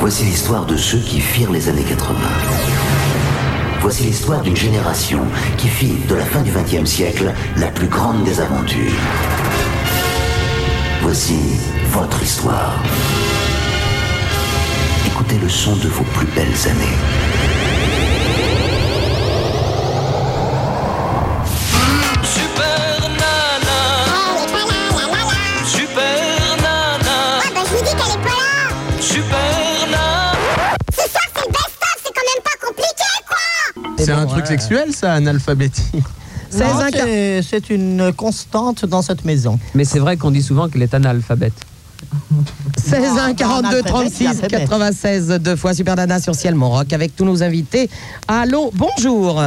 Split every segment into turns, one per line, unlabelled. Voici l'histoire de ceux qui firent les années 80. Voici l'histoire d'une génération qui fit de la fin du XXe siècle la plus grande des aventures. Voici votre histoire. Écoutez le son de vos plus belles années.
Super Nana,
Oh, elle est pas là, la la la.
Super Nana,
Oh, bah, je vous dis qu'elle est pas là.
Super Nana.
Ce soir, c'est le best-of, c'est quand même pas compliqué, quoi.
C'est
bon,
un truc
ouais.
sexuel, ça, analphabétie.
Non,
16 incar-
c'est- C'est une constante dans cette maison.
Mais c'est vrai qu'on dit souvent qu'il est analphabète.
16 1 42
Non, non, alphabet,
36
alphabet.
96 deux fois Super Nana sur Ciel Mon Rock avec tous nos invités. Allô, bonjour.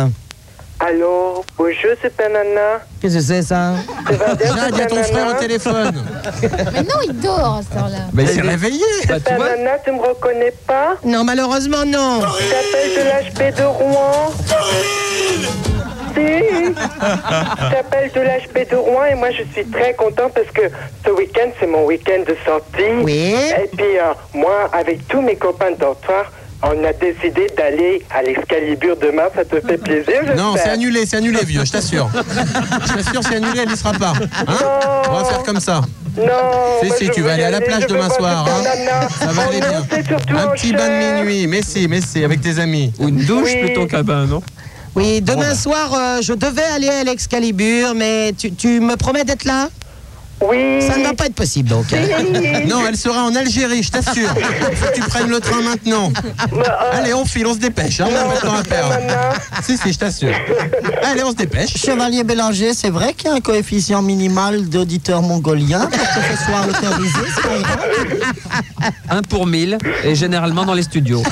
Allô, bonjour, c'est Panana.
Qu'est-ce que c'est ça
C'est hein Vader,
Jade, il y a ton frère au
Panana.
téléphone.
Mais non, il dort à ce temps-là.
Mais il s'est réveillé.
Bah, tu vois,
Panana, tu me reconnais pas
Non, malheureusement non.
J'appelle de l'HP de Rouen. Si. J'appelle de l'HP de Rouen et moi je suis très content parce que ce week-end c'est mon week-end de sortie.
Oui.
Et puis euh, moi avec tous mes copains de dortoir, on a décidé d'aller à l'Excalibur demain. Ça te fait plaisir j'espère
Non, c'est annulé, c'est annulé, vieux, je t'assure. Je t'assure, c'est annulé, elle n'y sera pas. Hein On va faire comme ça.
Non.
Si,
moi,
si,
Oh, bah, je
tu
veux
vas
y
aller à la plage
je veux
demain
voir
soir,
ce
hein.
Panana.
Ça va
Oh
aller
non,
bien.
c'est surtout
Un
en
petit bain
chair.
de minuit, mais si, mais si, avec tes amis.
ou une douche
Oui.
plutôt qu'un bain, non
Oui,
bah.
demain soir, euh, je devais aller à l'Excalibur, mais tu, tu me promets d'être là
Oui.
Ça ne va pas être possible, donc.
Non, elle sera en Algérie, je t'assure. Faut que tu prennes le train maintenant.
Bah,
Bah,
euh.
Allez, on file, on se dépêche. hein, on a pas de temps à perdre.
Panana.
Si, si, je t'assure. Allez, on se dépêche.
Chevalier Bélanger, c'est vrai qu'il y a un coefficient minimal d'auditeurs mongoliens pour que ce soit autorisé. c'est pas grave.
Un pour mille, et généralement dans les studios.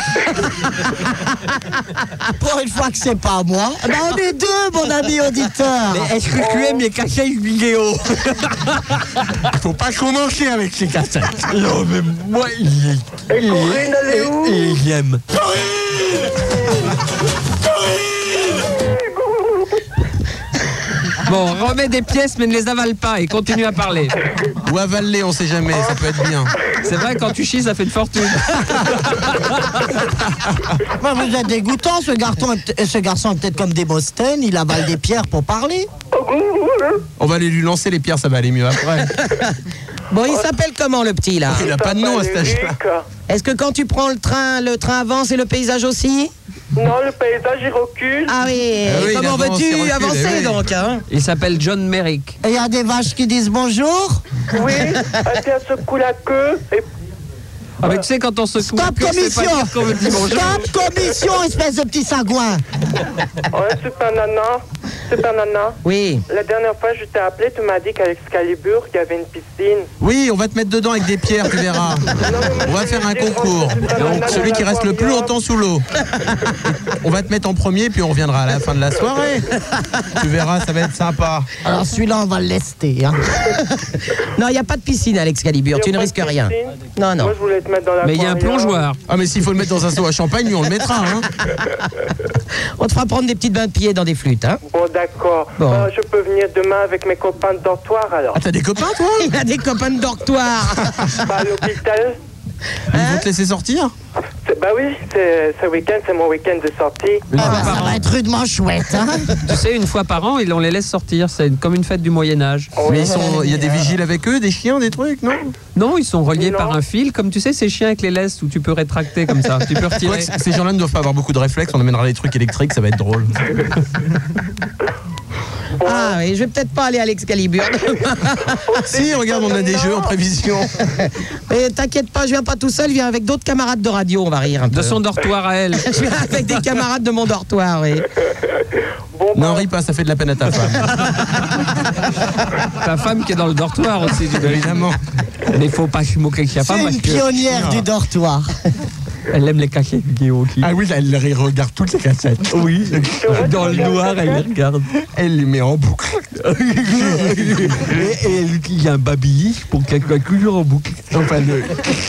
Pour une fois que c'est pas moi, ben on est deux, mon ami auditeur.
Est-ce que tu aimes les cachets vidéo
Faut pas qu'on enchaîne avec ces cassettes. Non, mais moi,
Et Corinne, elle est où
j'aime.
Bon, remets des pièces mais ne les avale pas et continue à parler.
Ou avaler, on sait jamais, ça peut être bien.
C'est vrai, quand tu chies, ça fait une fortune.
Bah, vous êtes dégoûtant, ce garçon est, peut- ce garçon est peut-être comme Démosthène, il avale des pierres pour parler.
On va aller lui lancer les pierres, ça va aller mieux après.
Bon,
Oh.
il s'appelle comment le petit là
Il a pas de nom à cet âge-là.
Luc.
Est-ce que quand tu prends le train, le train avance et le paysage aussi
Non, le paysage, il recule.
Ah oui,
Ah oui,
comment
il avance,
veux-tu
il recule,
avancer
eh oui.
donc hein
Il s'appelle John Merrick.
Et il y a des vaches qui disent bonjour.
Oui, elle secoue la queue. Et
Ah, mais tu sais, quand on se coupe,
Stop commission Stop commission, espèce de petit sagouin
ouais, super nana, super nana.
Oui.
La dernière fois, je t'ai appelé, tu m'as dit qu'à Excalibur, il y avait une piscine.
Oui, on va te mettre dedans avec des pierres, tu verras. On va faire un concours. Celui qui reste le plus longtemps sous l'eau. On va te mettre en premier, puis on reviendra à la fin de la soirée. Tu verras, ça va être sympa.
Alors celui-là, on va le lester. hein.
Non, il n'y a pas de piscine à l'Excalibur, tu ne risques rien. Non, non.
Moi, je voulais te mettre dans la hein.
Mais il y a un plongeoir.
Ah, mais s'il faut le mettre dans un seau à champagne, lui, on le mettra. Hein.
On te fera prendre des petites bains de pieds dans des flûtes, hein
Bon, d'accord.
Bon.
Euh, je peux venir demain avec mes copains de dortoir, alors.
Ah, t'as des copains, toi
Il a des copains de dortoir
Pas à l'hôpital.
Ils vont te laisser sortir
C'est- Bah oui, c'est- ce week-end, c'est mon week-end de sortie.
Ah bah, ça va être rudement chouette. hein.
Tu sais, une fois par an, ils- on les laisse sortir. C'est comme une fête du Moyen-Âge.
Mais ils sont, il y a des vigiles avec eux, des chiens, des trucs, non
Non, ils sont reliés
Non.
par un fil. Comme tu sais, ces chiens avec les laisses où tu peux rétracter comme ça. Tu peux
Quoique,
retirer.
Ces gens-là ne doivent pas avoir beaucoup de réflexes, on amènera des trucs électriques, ça va être drôle.
Ah oui, je vais peut-être pas aller à l'Excalibur.
Si, regarde, on a des jeux en prévision.
Mais t'inquiète pas, je viens pas tout seul, je viens avec d'autres camarades de radio, on va rire un peu.
De son dortoir à elle.
Je viens avec des camarades de mon dortoir, oui.
Bon, bah,
Non, ris pas, ça fait de la peine à ta femme.
Ta femme qui est dans le dortoir aussi. tu dois-
Évidemment.
Mais faut pas se moquer de sa femme
C'est
parce
une
qu'elle
pionnière du dortoir.
aime les cachets vidéo. Qui...
Ah oui, elle regarde toutes les cassettes. Oui.
Dans le noir, elle les regarde.
Elle les met en boucle.
et, et il y a un babillis pour qu'elle calcule en boucle. Enfin, le-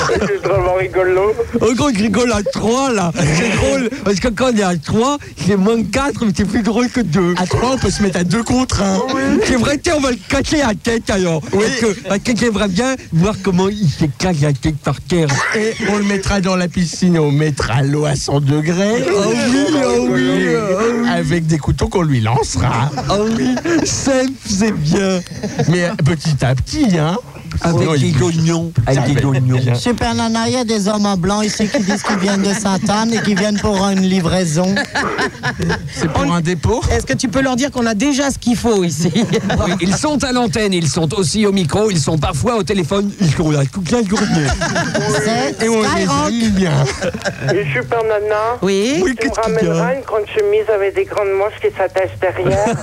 C'est vraiment rigolo.
en gros, je rigole à 3 là. C'est drôle. Parce que quand on est à 3, c'est moins 4, mais c'est plus drôle que 2.
À trois, on peut se mettre à deux contre un.
C'est vrai, tiens, on va le casser la tête alors. Parce que, parce que j'aimerais bien voir comment il se casse la tête par terre.
Et on le mettra dans la piscine et on mettra l'eau à 100 degrés.
Oh oui, oh oui, oh oui.
Avec des couteaux qu'on lui lancera.
Oh oui, Seb, c'est bien.
Mais euh, petit à petit, hein.
Avec
Sinon, il
des
bouge.
oignons. Avec des
Ça va être
oignons.
bien.
Super Nana, il y a des hommes en blanc ici qui disent qu'ils viennent de Sainte-Anne et qui viennent pour une livraison.
C'est pour un dépôt.
Est-ce que tu peux leur dire qu'on a déjà ce qu'il faut ici
Oui, ils sont à l'antenne, ils sont aussi au micro, ils sont parfois au téléphone.
Ils sont là toute la journée.
C'est
Et on les
Skyrock.
grille bien.
Et Super Nana,
Oui.
Oui,
tu me
qu'est-ce qu'il y a
ramèneras une grande chemise avec des grandes manches qui s'attachent derrière.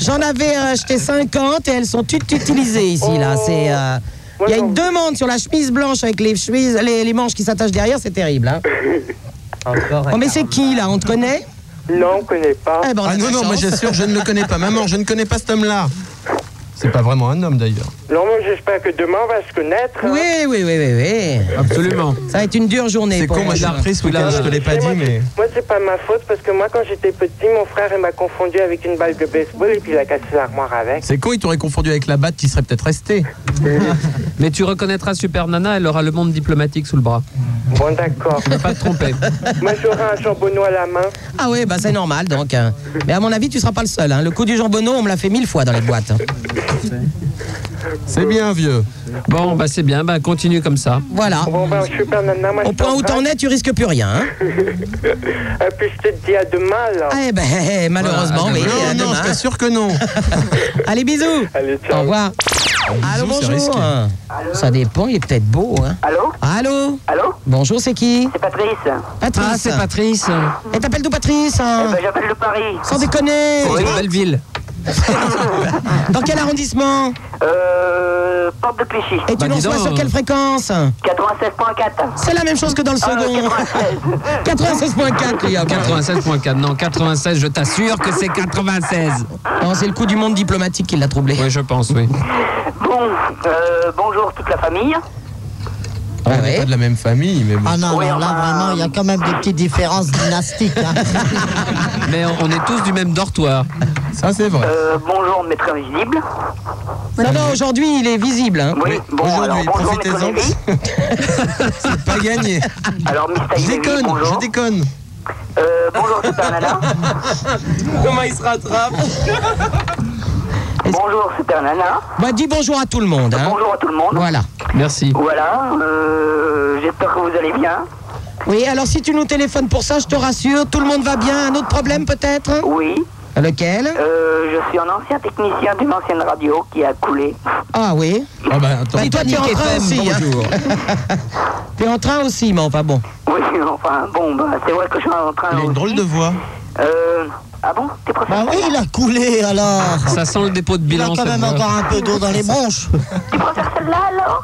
J'en avais acheté 50 et elles sont toutes utilisées ici,
Oh.
là. C'est. euh, Il y a une demande sur la chemise blanche avec les, chemises, les, les manches qui s'attachent derrière, c'est terrible. Hein. Oh, mais c'est qui là On te connaît
Non, on connaît pas.
Eh ben, on a
Ah
de
non,
la
non, moi
chance.
j'assure, je ne le connais pas. Maman, je ne connais pas cet homme-là. C'est pas vraiment un homme d'ailleurs.
Non, mais j'espère que demain on va se connaître. hein.
Oui, oui, oui, oui,
Absolument.
oui. Ça va être une dure journée.
C'est
pour
con, moi
elle.
je suis repris ce week-end, je te l'ai pas
Et
dit,
moi,
mais.
c'est- Moi, c'est pas ma faute parce que moi, quand j'étais petit, mon frère, il m'a confondu avec une balle de baseball et puis il a cassé l'armoire avec.
C'est con, il t'aurait confondu avec la batte, qui serait peut-être resté.
Mais tu reconnaîtras Super Nana, elle aura le monde diplomatique sous le bras.
Bon, d'accord.
Ne pas te tromper.
moi, j'aurai un jambonneau à la main.
Ah oui, bah c'est normal donc. hein. Mais à mon avis, tu seras pas le seul. hein. Le coup du jambonneau, on me l'a fait mille fois dans les boîtes. hein.
C'est bien, vieux.
Bon, bah c'est bien, bah continue comme ça.
Voilà.
Bon, ben, super nana, moi,
Au
je
point où t'en
t'embrasse.
es, tu risques plus rien. hein.
Et puis, je te dis à demain, alors.
Ah, eh ben, eh, eh, malheureusement,
Voilà, ah,
oui.
Non,
à
non,
demain.
je t'assure que non.
Allez, bisous.
Allez,
Au
ciao.
revoir. Allô,
bisous, c'est
bonjour.
risqué.
Ça dépend, il est peut-être beau. Hein.
Allô
Allô
Allô
Bonjour, c'est qui
C'est Patrice.
Patrice.
Ah, c'est Patrice.
Et t'appelles d'où Patrice hein
Eh ben, J'appelle de Paris.
Sans déconner.
C'est une belle ville.
Dans quel arrondissement
Euh, porte de Clichy.
Et tu
Bah,
nous
dis donc,
reçois sur
euh.
quelle fréquence
96.4.
C'est la même chose que dans le
Ah,
second.
96.
96.4, les gars.
96.4, non, 96, je t'assure que c'est 96.
Oh,
Non, c'est le coup du monde diplomatique qui l'a troublé.
Oui, je pense, oui.
Bon, euh, bonjour toute la famille.
Ah
On n'est
ouais.
pas de la même famille, mais bon.
Ah non, non, là vraiment, il y a quand même des petites différences dynastiques. hein.
Mais on on est tous du même dortoir.
Ça, c'est vrai.
Euh, bonjour maître invisible.
Non, non, aujourd'hui, il est visible. hein.
Oui, bon, alors
Aujourd'hui,
bonjour maître
profitez-en.
Lévy.
C'est pas gagné.
Alors Mr.
Je
Lévy,
déconne, je
bonjour.
déconne.
Euh, bonjour Super Nana.
Comment il se rattrape
bonjour Super Nana.
Bah, dis bonjour à tout le monde. hein.
Bonjour à tout le monde.
Voilà.
Merci.
Voilà, euh, j'espère que vous allez bien.
Oui, alors si tu nous téléphones pour ça, je te rassure, tout le monde va bien. Un autre problème peut-être hein?
Oui,
Lequel
euh, je suis un ancien technicien d'une ancienne radio qui a coulé.
Ah oui.
Ah bah, attends.
Bah, toi, t'es en
Panique
train
FM,
aussi. hein.
bonjour.
T'es en train aussi, mais enfin bon.
Oui, enfin, bon, bah, c'est vrai que je suis en train
Il a une
aussi.
drôle de voix.
Euh, ah bon T'es prêt
Bah oui, il a coulé alors.
Ça sent le dépôt de
Il a
bilan.
quand
cette
même
voix.
encore un peu d'eau dans les bronches.
Tu préfères celle-là alors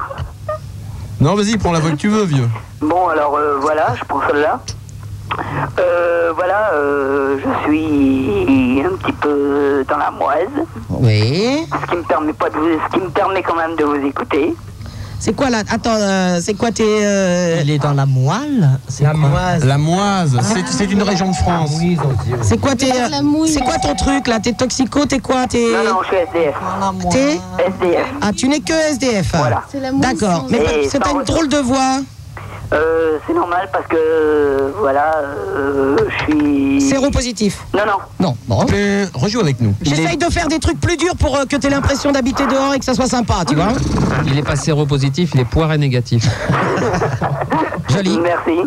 Non, vas-y, prends la voix que tu veux, vieux.
Bon, alors euh, voilà, je prends celle-là. Euh, voilà, euh, je suis un petit peu dans la moise,
Oui.
ce qui me permet pas de vous- ce qui me permet quand même de vous écouter.
C'est quoi là Attends, euh, c'est quoi tes. euh,
Il est dans la moelle. C'est la Ah. moelle.
La Moise, c'est- c'est une région de France.
C'est quoi tes. euh,
La mouille.
C'est quoi ton truc là T'es toxico T'es quoi T'es.
Non, non, je suis SDF.
T'es.
SDF.
Ah, tu n'es que SDF.
Voilà.
C'est la mouille.
D'accord.
sans-
Mais
Et
c'est
sans
pas une
retour.
drôle de voix.
Euh, c'est normal parce que euh, voilà, euh, je suis.
Séropositif.
Non, non.
Non, bon.
Mais Rejoue avec nous.
J'essaye de faire des trucs plus durs pour euh, que t'aies l'impression d'habiter dehors et que ça soit sympa, tu vois.
Il est pas séropositif, il est poiré négatif.
Joli.
Merci.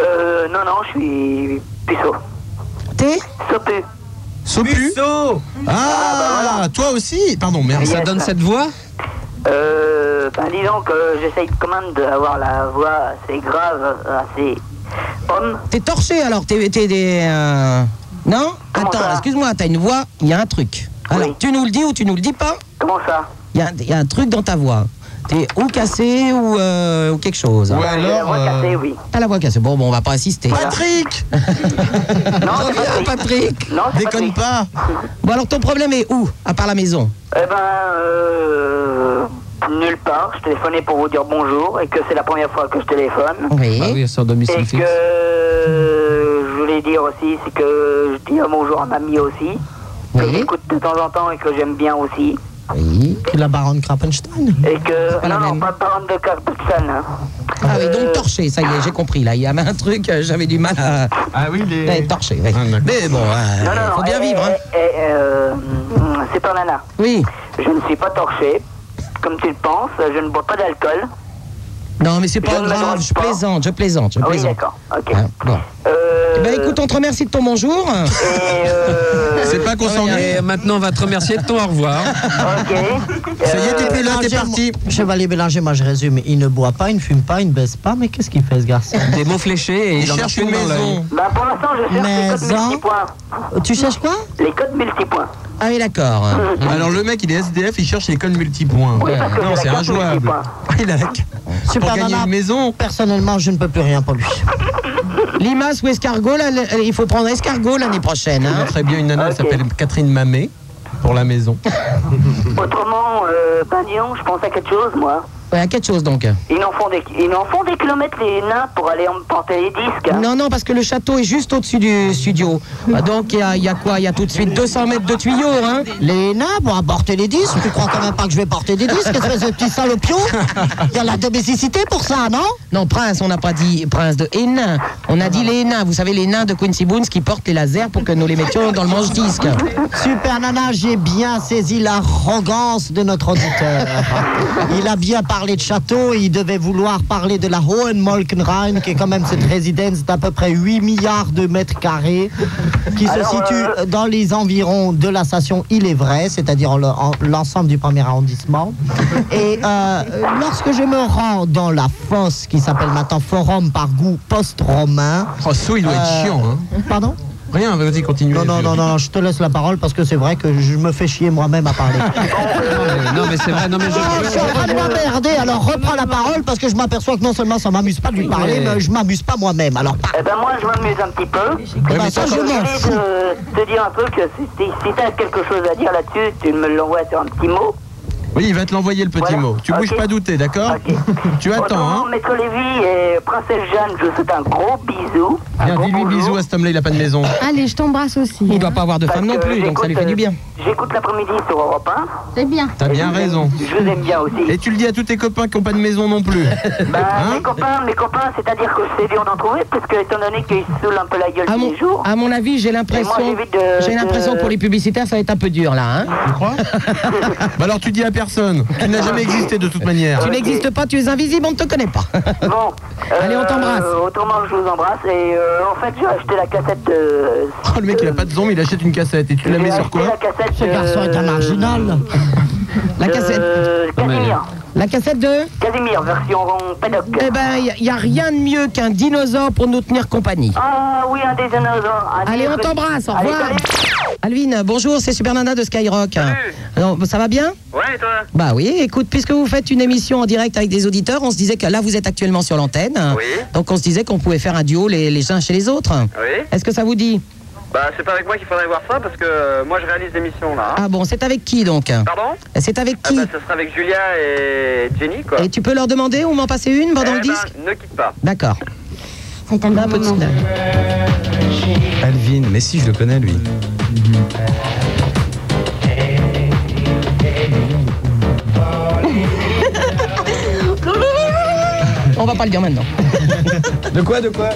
Euh, non, non, je suis puceau.
T'es
Sopu.
Sopu
Ah, bah,
bah,
Ah, toi aussi Pardon, merde.
Ça donne cette voix
Euh, ben dis donc, euh, j'essaye quand même d'avoir la voix assez grave, assez homme.
T'es torché alors T'es t'es des. euh, Non
Comment
Attends,
ça
excuse-moi, t'as une voix, il y a un truc. Alors,
Oui.
tu nous le dis ou tu nous le dis pas
Comment ça
Il y a, il y a un truc dans ta voix. T'es ou cassé ou, euh, ou quelque chose.
Ou alors, J'ai la voix euh, cassée, oui.
T'as la voix cassée. Bon, bon, on va pas insister.
Patrick
Non, c'est
Reviens, Patrick Déconne pas Bon, alors ton problème est où À part la maison.
Eh ben, euh, nulle part. Je téléphonais pour vous dire bonjour et que c'est la première fois que je téléphone.
Oui.
oui, sur domicile
Et
fixe.
que euh, je voulais dire aussi, c'est que je dis un bonjour à mamie aussi, que j'écoute de temps en temps et que j'aime bien aussi.
Oui.
C'est la baronne Krappenstein.
Et que. Non, non, pas parent de Carpetson. hein.
Ah oui, donc torché, ça y est, j'ai compris. Là, il y avait un truc, euh, j'avais du mal à. Ah oui, les. torché, oui. Mais bon, euh,
Non, non, non.
faut bien
eh,
vivre. hein.
eh, eh, euh, mm, c'est pas nana.
Oui.
Je ne suis pas torché, comme tu le penses. Je ne bois pas d'alcool.
Non, mais c'est pas
Je ne
grave,
mélange
je plaisante, je plaisante, je
Ah oui,
plaisante.
d'accord. Ok. Euh,
Hein, bon. Eh ben, écoute, on te remercie de ton bonjour.
C'est pas qu'on
Et maintenant, on va te remercier de ton au revoir.
Ça y est, t'es plus là, t'es
Bélanger,
parti.
mon- Chevalier Bélanger, moi je résume, il ne boit pas, il ne fume pas, il ne baisse pas, mais qu'est-ce qu'il fait ce garçon
Des mots fléchés et
Il
il en a
cherche
tout
une
dans l'œil.
maison.
Bah, pour l'instant, je cherche les codes
Maison.
multipoints.
Tu cherches quoi
Les codes multipoints.
Ah oui, d'accord.
Alors le mec, il est SDF, il cherche l'école multipoint.
Oui, parce que
Non,
j'ai
c'est
la carte
injouable.
multipoint.
Il a la carte.
Ah,
Pour
Super
gagner
Nana,
une maison.
personnellement, je ne peux plus rien pour lui.
Limace ou escargot, là, le- il faut prendre escargot l'année prochaine.
Il y a
hein.
très bien une nana, elle
Ok.
s'appelle Catherine Mamet. Pour la maison.
Autrement, euh, bah, dis donc, je pense à quelque chose, moi.
Ouais, quelque chose donc.
Ils en font des, ils en font des kilomètres, les nains, pour aller en porter les disques. hein.
Non, non, parce que le château est juste au-dessus du studio. Ah, Donc, il y, a- il y a quoi Il y a tout de suite 200 mètres de tuyaux, hein
Les nains vont porter les disques. Tu crois quand même pas que je vais porter des disques, espèce de petit salopion Il y a la domesticité pour ça, non
Non, prince, on n'a pas dit prince de Hénin. On a dit les nains. Vous savez, les nains de Quincy Boons qui portent les lasers pour que nous les mettions dans le manche-disque.
Super Nana, j'ai bien saisi l'arrogance de notre auditeur. Il a bien parlé de château, il devait vouloir parler de la Hohenmolkenrhein, qui est quand même cette résidence d'à peu près 8 milliards de mètres carrés, qui
Alors,
se situe
euh,
dans les environs de la station Il est vrai, c'est-à-dire en le- en- l'ensemble du premier arrondissement. Et euh, lorsque je me rends dans la fosse qui s'appelle maintenant Forum par goût post-romain.
Oh, Sou, il doit être
euh,
chiant. Hein.
Pardon
Rien, vas-y, continue.
non, non, non, non, je te laisse la parole parce que c'est vrai que je me fais chier moi-même à parler.
Euh, Non, mais c'est vrai, non, mais
Ah, je suis en train de m'emmerder, alors reprends la parole parce que je m'aperçois que non seulement ça m'amuse pas de lui parler, mais je m'amuse pas moi-même. Alors, par-
Eh ben moi, je m'amuse un petit peu.
eh ben,
mais
ça,
Je
je m'en
voulais
fous.
te, te dire un truc, si, si, si t'as quelque chose à dire là-dessus, tu me l'envoies sur un petit mot.
Oui, il va te l'envoyer le petit
Voilà.
mot. Tu bouges
Ok.
pas douter, d'accord
Ok.
Tu
Autrement,
attends, hein
Maître Lévy et Princesse Jeanne, je vous souhaite un gros bisou. un
Viens,
gros
dis-lui
Ah bonjour,
bisous à cet homme-là, il a pas de maison.
Allez, je t'embrasse aussi.
Il
hein.
ne doit pas avoir de
parce
femme non
que
plus, donc ça lui
Euh, j'écoute,
fait du bien.
euh, J'écoute l'après-midi sur Europe 1.
C'est bien.
T'as
Et
bien
je vous aime-
raison.
Je vous aime bien aussi.
Et tu le dis à tous tes copains qui n'ont pas de maison non plus.
Bah,
Hein
mes copains, mes copains, c'est-à-dire que c'est dur d'en trouver, parce que étant donné qu'ils se saoulent un peu la gueule
À
tous
mon,
les jours.
à mon avis, j'ai
Et moi,
l'impression,
j'évite de-
j'ai l'impression
de-
que pour les publicitaires, ça va être un peu dur là. hein.
Tu crois Bah alors tu dis à personne. Tu n'as jamais existé de toute manière.
Tu n'existes pas, tu es invisible, on ne te connaît pas.
Euh, Bon,
Allez, on t'embrasse.
euh, autrement, je vous embrasse. Et euh, en fait, j'ai acheté la cassette. euh,
Oh, le mec il a pas de zombie, il achète une cassette. Et tu la
j'ai
mets
acheté
sur quoi
La cassette.
Ce garçon est un marginal.
La cassette,
Euh, Casimir.
la cassette de.
Casimir, version paddock.
Eh ben, il n'y a, rien de mieux qu'un dinosaure pour nous tenir compagnie.
Ah oui, un des dinosaures. Un
Allez,
des-
on t'embrasse, au
Allez,
revoir.
salut.
Alvin, bonjour, c'est Super Nana de Skyrock. Alors, ça va bien
Ouais, et toi
Bah oui, écoute, puisque vous faites une émission en direct avec des auditeurs, on se disait que là, vous êtes actuellement sur l'antenne.
Oui.
Donc, on se disait qu'on pouvait faire un duo les, les uns chez les autres.
Oui.
Est-ce que ça vous dit
Bah, c'est pas avec moi qu'il faudrait voir ça, parce que euh, moi, je réalise des missions, là. hein.
Ah bon, c'est avec qui donc
Pardon
C'est avec
Ah
qui
bah, ça sera avec Julia et Jenny, quoi.
Et tu peux leur demander ou m'en passer une pendant le
Eh ben,
disque
Ne quitte pas.
D'accord.
C'est un
Là,
bon
un peu de
moment.
silence.
Alvin, mais si je le connais lui.
On va pas le dire maintenant.
De quoi, de quoi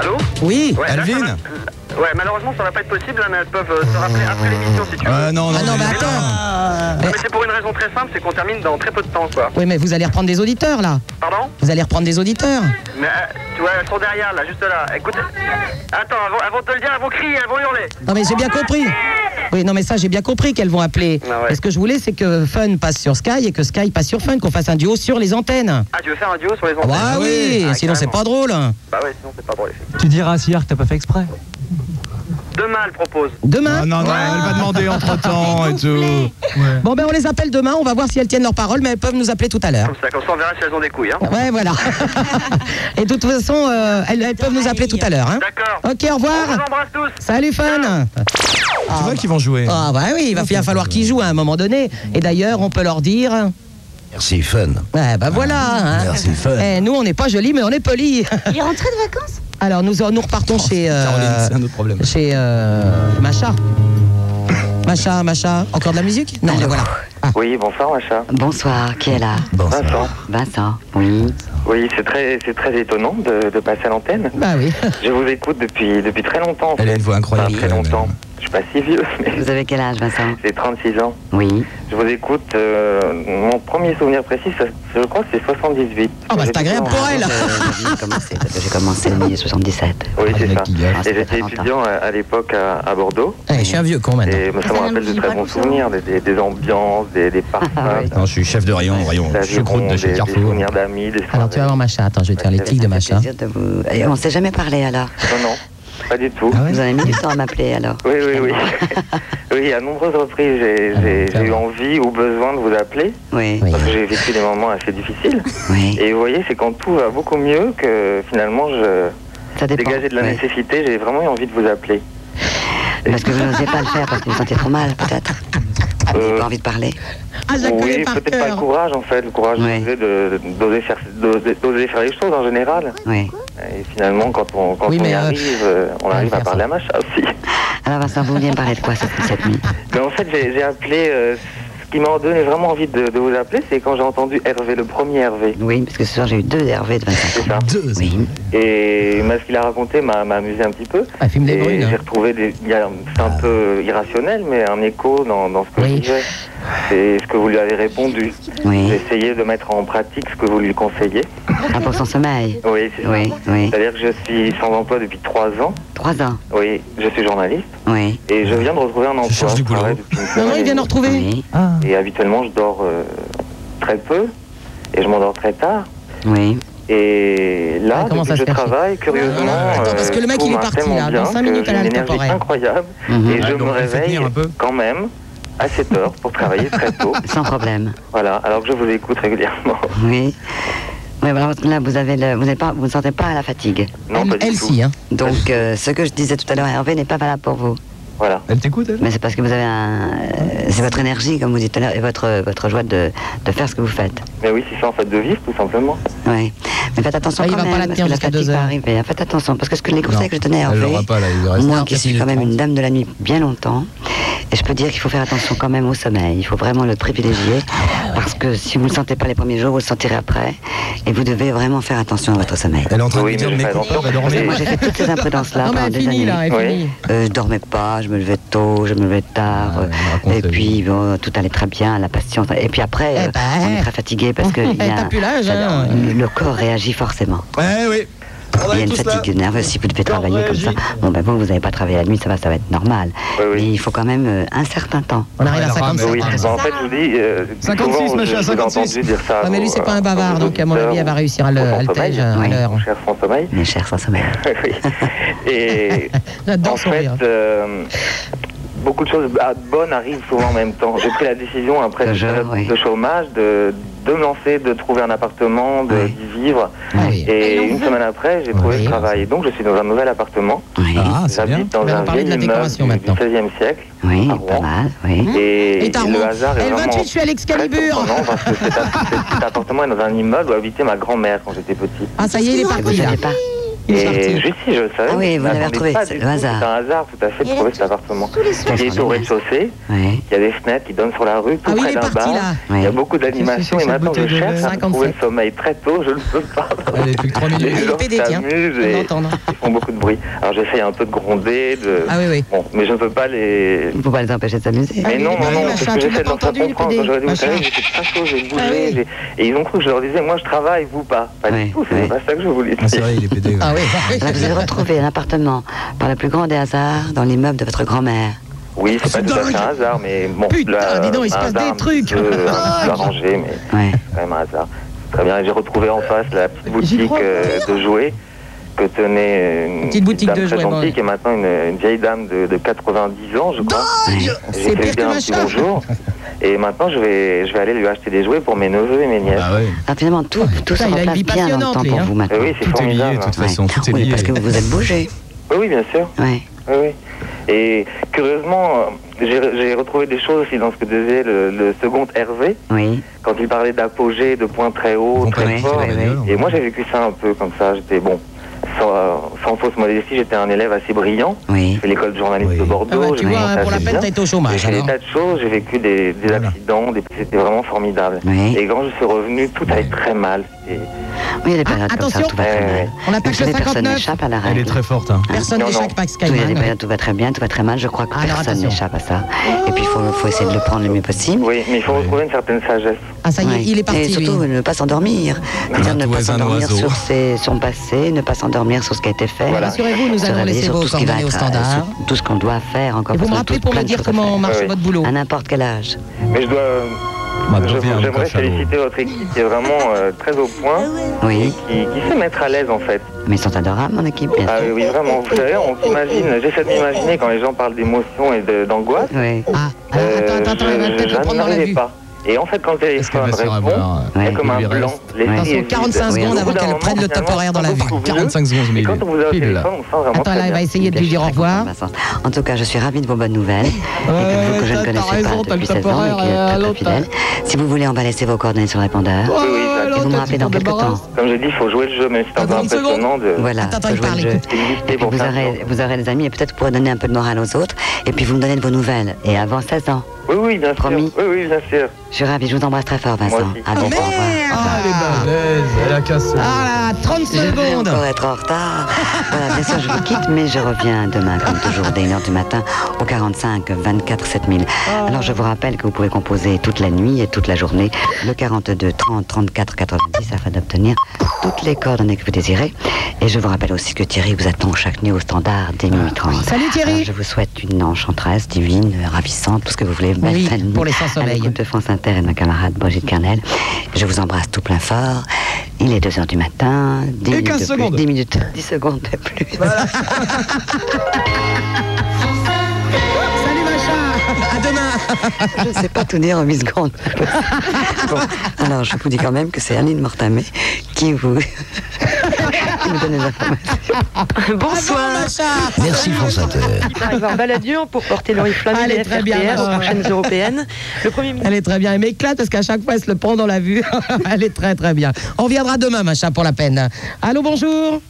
Allô
Oui.
Ouais, là, ça
hein.
Alvin
va- Ouais, malheureusement, ça va pas être possible, là, mais elles peuvent euh, se rappeler après l'émission, si tu veux.
Ah non, non,
Ah non, mais
mais-
attends.
Non, mais c'est pour une raison très simple, c'est qu'on termine dans très peu de temps, quoi.
Oui, mais vous allez reprendre des auditeurs là.
Pardon
Vous allez reprendre des auditeurs.
Mais euh, tu vois, elles sont derrière, là, juste là. Écoute. Attends, avant, avant de te le dire, elles vont crier, elles vont hurler.
Non, mais j'ai bien compris. Oui, non, mais ça, j'ai bien compris qu'elles vont appeler.
Ah ouais.
Mais Ce que je voulais, c'est que Fun passe sur Sky et que Sky passe sur Fun, qu'on fasse un duo sur les antennes.
Ah, tu veux faire un duo sur les
Ah
antennes
bah oui,
Ah,
sinon c'est
carrément.
pas drôle.
Bah ouais, sinon c'est pas drôle.
Tu diras à Sierre que t'as pas fait exprès.
Demain, elle propose.
Demain
Ah, non, non, elle va demander entre temps et tout.
Bon, ben on les appelle demain, on va voir si elles tiennent leur parole, mais elles peuvent nous appeler tout à l'heure.
Comme ça, comme ça, on verra si elles ont des couilles. Hein.
Ouais, voilà. et de toute façon, euh, elles, elles peuvent nous appeler tout à l'heure. hein.
D'accord.
Ok, au revoir.
On vous embrasse tous.
Salut, Fun.
Tu vois qu'ils vont jouer.
Ah bah oui, il va bien falloir qu'ils jouent à un moment donné. Et d'ailleurs, on peut leur dire...
Merci, fun.
Ouais,
Ah,
bah voilà. hein.
Merci, fun.
Eh, nous, on n'est pas jolis, mais on est polis.
Il est rentré de vacances
Alors, nous, nous repartons chez... euh,
Oh, Caroline, c'est un autre problème.
Chez euh, Macha. Macha, Macha. Encore de la musique Non, le voilà.
Oui, bonsoir, Macha.
Bonsoir, qui est là
Vincent.
Vincent, oui.
Oui, c'est très, c'est très étonnant de, de passer à l'antenne.
Bah oui.
Je vous écoute depuis, depuis très longtemps. en
Elle a
fait.
une voix incroyable.
Enfin, très longtemps. Je suis pas si vieux, mais
Vous avez quel âge, Vincent
j'ai 36 ans.
Oui.
Je vous écoute. euh, mon premier souvenir précis, ça- je crois que c'est 78.
Ah bah c'est agréable pour elle.
J'ai commencé en 1977.
Oui, c'est ça.
Ah,
Et
c'est
j'étais
pas longtemps.
étudiant à, à l'époque à, à Bordeaux.
Eh, je suis un vieux con maintenant.
Et ça me rappelle de très bons souvenirs, des, des- des ambiances, des, des
Ah,
parfums.
Non, je suis chef de rayon, rayon
la
choucroute
Gironde,
de chez
des, des
Carrefour.
souvenirs d'amis, des
Alors, tu vas voir Macha. Attends, je vais te faire les tics de Macha.
Et on s'est jamais parlé alors
Non, non, pas du tout.
Ah
Vous en avez mis du temps à m'appeler alors
Oui, oui, oui. oui, à nombreuses reprises, j'ai- j'ai
Ah
j'ai eu envie ou besoin de vous appeler.
Oui.
Parce que j'ai vécu des moments assez difficiles.
Oui.
Et vous voyez, c'est quand tout va beaucoup mieux que finalement je.
Ça dépend,
Dégagé de la
oui.
nécessité, j'ai vraiment eu envie de vous appeler.
Parce que vous n'osiez pas le faire parce que vous vous sentiez trop mal peut-être. Vous n'avez pas envie de parler.
Ah, je la connais
Euh, oui,
par
peut-être pas
cœur.
le courage en fait, le courage d'oser de- d'oser faire, d'oser- d'oser faire les choses en général.
Oui.
Et finalement, quand on, quand
Oui,
on y
mais, euh,
arrive, euh, on arrive à parler à machin aussi.
Alors Vincent, vous vouliez me parler de quoi cette, cette nuit
Mais Ben, en fait, j'ai j'ai appelé. euh, ce qui m'a donné vraiment envie de, de vous appeler, c'est quand j'ai entendu Hervé, le premier Hervé.
Oui, parce que ce soir j'ai eu deux Hervé de 25
ans.
Deux
Oui.
Et bah, ce qu'il a raconté m'a m'a amusé un petit peu.
Ah, filme des
et
brunes, hein.
j'ai retrouvé des. il y a- C'est un peu irrationnel, mais un écho dans, dans ce que je disais. C'est ce que vous lui avez répondu.
Oui.
J'ai essayé de mettre en pratique ce que vous lui conseillez.
Ah, pour son sommeil
Oui, c'est ça.
Oui, oui.
C'est-à-dire que je suis sans emploi depuis trois ans.
Trois ans
Oui, je suis journaliste
Oui.
et je viens de retrouver un emploi. Je travaille depuis une
Non, non, il
semaine
vient nous retrouver.
Oui.
Ah.
et- Et habituellement, je dors euh, très peu et je m'endors très tard.
Oui.
Et là,
Ah, comment
depuis
ça
que
se
je
fait,
travaille, curieusement. euh,
Attends, parce que le mec,
tout
il est
marche
parti,
tellement
là.
bien
Dans cinq
que
minutes,
j'ai
elle a
une
le temps
énergie
pour elle.
incroyable.
Mhm.
Et
Ah,
je
donc,
me
on peut
réveille
tenir un peu.
quand même à 7 heures pour travailler très tôt.
Sans problème.
Voilà, alors que je vous écoute régulièrement.
Oui. Oui, voilà, là, vous, avez le- vous, n'êtes pas, vous ne sentez pas la fatigue.
Non, pas du
Elle
tout.
si, hein.
Donc, euh, ce que je disais tout à l'heure à Hervé n'est pas valable pour vous.
Voilà.
Elle t'écoute, elle
Mais c'est parce que vous avez un. euh, C'est votre énergie, comme vous dites tout à l'heure, et votre, votre joie de, de faire ce que vous faites.
Mais oui, c'est ça en fait de vivre, tout simplement.
Oui. Mais faites attention
Ah, il
quand
va
même,
pas la
parce
tenir
que la
jusqu'à
fatigue
deux
va
heures.
arriver. hein. Faites attention, parce que ce que les conseils
Non.
que je donnais à
Elle
Hervé,
l'aura pas, là, il lui reste
moi
encore
qui suis
six
quand même
minutes
une dame de la nuit bien longtemps, et je peux dire qu'il faut faire attention quand même au sommeil. Il faut vraiment le privilégier, parce que si vous ne le sentez pas les premiers jours, vous le sentirez après, et vous devez vraiment faire attention à votre sommeil.
Elle est en train
Oui,
de me dire,
mais je
mais
fais
copains, on va
attention.
dormir.
Moi, j'ai fait toutes ces imprudences-là
Non, mais
pendant
elle
des
finit,
années.
là, elle
Oui.
finit.
Euh, je dormais pas, je me levais tôt, je me levais tard.
Ah,
euh,
elle raconte
et
sa
puis, bon, tout allait très bien, la patience. Et puis après,
Eh
euh,
ben.
on est très fatigué parce que il y a-
T'as plus l'âge, hein.
le le corps réagit forcément.
Eh oui. On
Il y a
est
une
tous là.
fatigue nerveuse si vous devez
corps
travailler comme ça.
réagit.
Bon, ben vous, vous n'avez pas travaillé la nuit, ça va, ça va être normal.
Oui, oui.
Mais il faut quand même euh, un certain temps.
On arrive à hein.
Ah,
50
Oui, bah, en fait, je vous dis. euh,
56,
souvent, je-
machin,
je vous ai
56.
entendu dire ça.
Ouais, mais
à
lui,
vos-
c'est pas un bavard,
vos
donc à mon
auditeurs,
avis, elle va réussir à le-
au
à le
sommeil.
tège, à
Oui.
l'heure.
Mon cher sans sommeil.
Mes chers, sans sommeil.
oui. Et
J'adore
en
son
fait,
rire.
euh, beaucoup de choses ah, bonnes arrivent souvent en même temps. J'ai pris la décision après
Le
cette
jeu,
période
oui.
de chômage de, de me lancer, de trouver un appartement, de
Oui.
d'y vivre.
Ah oui.
Et une semaine après, j'ai trouvé
Oui.
le travail. Donc, je suis dans un nouvel appartement.
Oui,
Ah, c'est bien.
J'habite dans
Mais on
un
parlait
vieil
de la
immeuble
décoration
du
maintenant. Hein
XVIe siècle.
oui,
à
pas
Rouen.
mal, oui.
Et,
Et t'as
le
remonté.
hasard est
Eh, le
vraiment
28, je suis à l'Excalibur.
très surprenant parce que cet, app- cet- cet appartement est dans un immeuble où habitait ma grand-mère quand j'étais petit.
Ah, ça y est, il est
Ah, vous
parti,
ne
là.
savez pas
Il est
Et
parti.
je si, je le savais.
Ah oui,
mais
vous
je
l'avez
m'attendais
retrouvé,
pas
c'est
du
le
tout.
hasard.
C'est un hasard tout à fait de
Il est
trouver cet appartement. Il est au rez-de-chaussée,
Oui.
il y a des fenêtres qui donnent sur la rue, tout
Ah oui,
près
il est
d'un
parti,
bar.
là.
Il y a
Oui.
beaucoup d'animation
Qu'est-ce que c'est
et
que cette
maintenant je
bouteille de
cherche à
verre
trouver le sommeil très tôt, je ne peux pas.
Allez, plus que 3 minutes.
Les
Il est
gens
pédé, tiens.
s'amusent
Je viens
et
d'entendre.
ils font beaucoup de bruit. Alors j'essaye un peu de gronder, de...
Ah oui, oui. Ah
Bon, mais je ne peux pas les...
Il ne faut pas les empêcher de s'amuser.
Mais
oui,
non,
mais
non,
oui,
non,
machin,
parce que
tu l'as
j'essaie de
pas
leur faire
entendu, le
comprendre. Quand
PD,
j'aurais dit, vous savez,
machin.
j'ai fait plein de choses, j'ai bougé,
Ah oui.
j'ai- et ils ont cru que je leur disais, moi je travaille, vous pas. Pas
Ouais,
du tout, c'est
ouais.
pas ça que je voulais
Ah, c'est
dire.
vrai, il est pédé. ouais.
Ah oui, bah oui.
Là, vous avez retrouvé un appartement par le plus grand des hasards dans l'immeuble de votre grand-mère.
Oui, c'est pas tout à fait un hasard, mais bon.
Putain, dis donc, il se
un
passe des
hasard un
trucs. Oh,
petit peu, un petit peu
Dingue.
arrangé, mais c'est quand même un hasard. Très bien, et j'ai retrouvé en face la petite boutique
crois
euh, de jouets que tenait une
Petite boutique
dame
de
très
jouets, bon.
gentille qui est maintenant une, une vieille dame de, de 90 ans, je crois.
C'est
J'ai
pire
fait
que
bien un
ma
petit
chatte.
bonjour. Et maintenant, je vais, je vais aller lui acheter des jouets pour mes neveux et mes nièces.
Ah, finalement, tout, tout
Putain, il
se
a une
remplace
vie
bien dans le
passionnante,
temps
lui,
pour
hein.
vous maintenant.
Eh oui, c'est Tout est lié, formidable. de toute façon, tout est
oui,
lié.
parce que vous vous êtes bougé.
Oui, oui, bien sûr.
Ouais.
Oui, oui. Et curieusement, euh, j'ai j'ai retrouvé des choses aussi dans ce que disait le, le second Hervé,
Oui.
quand il parlait d'apogée, de points très hauts, très
connaît,
forts.
c'est la bagnole,
Et moi, j'ai vécu ça un peu comme ça. J'étais bon. Sans, sans fausse modestie, j'étais un élève assez brillant.
J'ai
fait l'école de journalisme de Bordeaux.
Ah ouais, tu
je m'y
vois,
montais
pour la
assez
peine,
bien.
t'as été au chômage,
J'ai fait des
alors.
tas de choses, j'ai vécu des, des accidents, des... c'était vraiment formidable. Et quand je suis revenu, tout allait très mal. C'était-
Oui, il y a des périodes comme ça,
attention.
tout va très
Ouais,
mal.
ouais. On attaque
Vous savez,
le
Personne
59.
n'échappe à la règle.
Elle est très hein.
forte.
Personne Non, n'échappe non. pas à Ah, ce
Il y a des
Skyman.
périodes où tout va très bien, tout va très mal. Je crois que personne n'échappe à ça. Et puis, il faut, faut essayer de le prendre le mieux possible.
Oui, mais il faut retrouver une certaine sagesse.
Ah, ça
y est,
il est parti. Et surtout, ne pas s'endormir. C'est-à-dire ne pas
un
s'endormir
oiseau.
sur ses- son passé, ne pas s'endormir sur ce qui a été fait.
Voilà. Rassurez-vous, nous
Se
allons
réveiller
laisser
sur
vos
tout ce qui va
coordonnées au
être, euh,
standard.
sur Tout ce qu'on doit faire encore.
Et vous
parce
me
qu'on a
rappelez
tous
pour me
plein de
dire
choses à
comment
faire.
marche Oui. votre
boulot. À n'importe quel âge.
Mais je dois. euh, je- J'aimerais féliciter votre équipe qui est vraiment euh, très au point
Oui.
et qui sait mettre à l'aise en fait.
Mais ils sont adorables, mon équipe, bien
Ah
sûr.
oui, oui, vraiment, vous savez, on s'imagine, j'essaie de m'imaginer quand les gens parlent d'émotion et de- d'angoisse.
Oui.
Ah, attends, attends, je n'arrivais pas. Et en fait, quand le téléphone répond, euh, il y a comme un blanc. L'esprit est vide. Oui, au bout d'un moment, finalement,
dans la vie. 45 secondes, mais quand
on vous a au téléphone, on sent vraiment
Attends, là, elle va essayer de lui dire au revoir. En tout cas, je suis ravie de vos bonnes nouvelles. Et de vous que je ne connaissais pas depuis 16 ans, mais qui est très, très fidèle. Si vous voulez, on va laisser vos coordonnées sur le répondeur.
Oui, oui,
Et vous me rappelez dans quelques temps.
Comme je dis, il faut jouer le jeu, mais c'est un peu impressionnant de.
Voilà, faut jouer le jeu. Et puis vous aurez, vous aurez des amis et peut-être vous pourrez donner un peu de morale aux autres. Et puis vous me donnez de vos nouvelles. Et avant 16 ans.
Oui, oui, bien sûr. Oui, oui, bien sûr.
Je suis ravie, je vous embrasse très fort, Vincent. À
Eh,
bientôt, au revoir.
Ah, elle est balèze, elle a cassé.
Ah, 30
secondes.
Pour être en retard. Voilà, bien sûr, je vous quitte, mais je reviens demain, comme toujours, dès 1h du matin, au 45 24 7000.
Ah.
Alors, je vous rappelle que vous pouvez composer toute la nuit et toute la journée le 42 30 34 90 afin d'obtenir toutes les coordonnées que vous désirez. Et je vous rappelle aussi que Thierry vous attend chaque nuit au standard dès minuit 30.
Ah. Salut, Thierry.
Alors, Je vous souhaite une enchanteresse divine, ravissante, tout ce que vous voulez. Belle
Oui,
fin de nuit
pour les sans-sommeil.
à l'écoute de France Inter et de ma camarade Brigitte Carnel. Je vous embrasse tout plein fort. Il est 2h du matin. 10
Et
minutes
15
de plus,
secondes.
10 minutes, 10 secondes de plus.
Salut Macha, à demain.
Je ne sais pas tout dire en 8 secondes. Bon, alors, je vous dis quand même que c'est Aline Mortamé qui vous, qui vous donne les
Ah.
Ah,
informations.
Bonsoir.
Merci France Inter.
Qui part voir Balladur pour porter l'oriflamme
Elle est
des
très bien.
FRPR aux
alors.
prochaines européennes. Le premier
Elle est très bien. Elle m'éclate parce qu'à chaque fois, elle se le prend dans la vue. elle est très, très bien. On viendra demain, Macha, pour la peine. Allô, bonjour.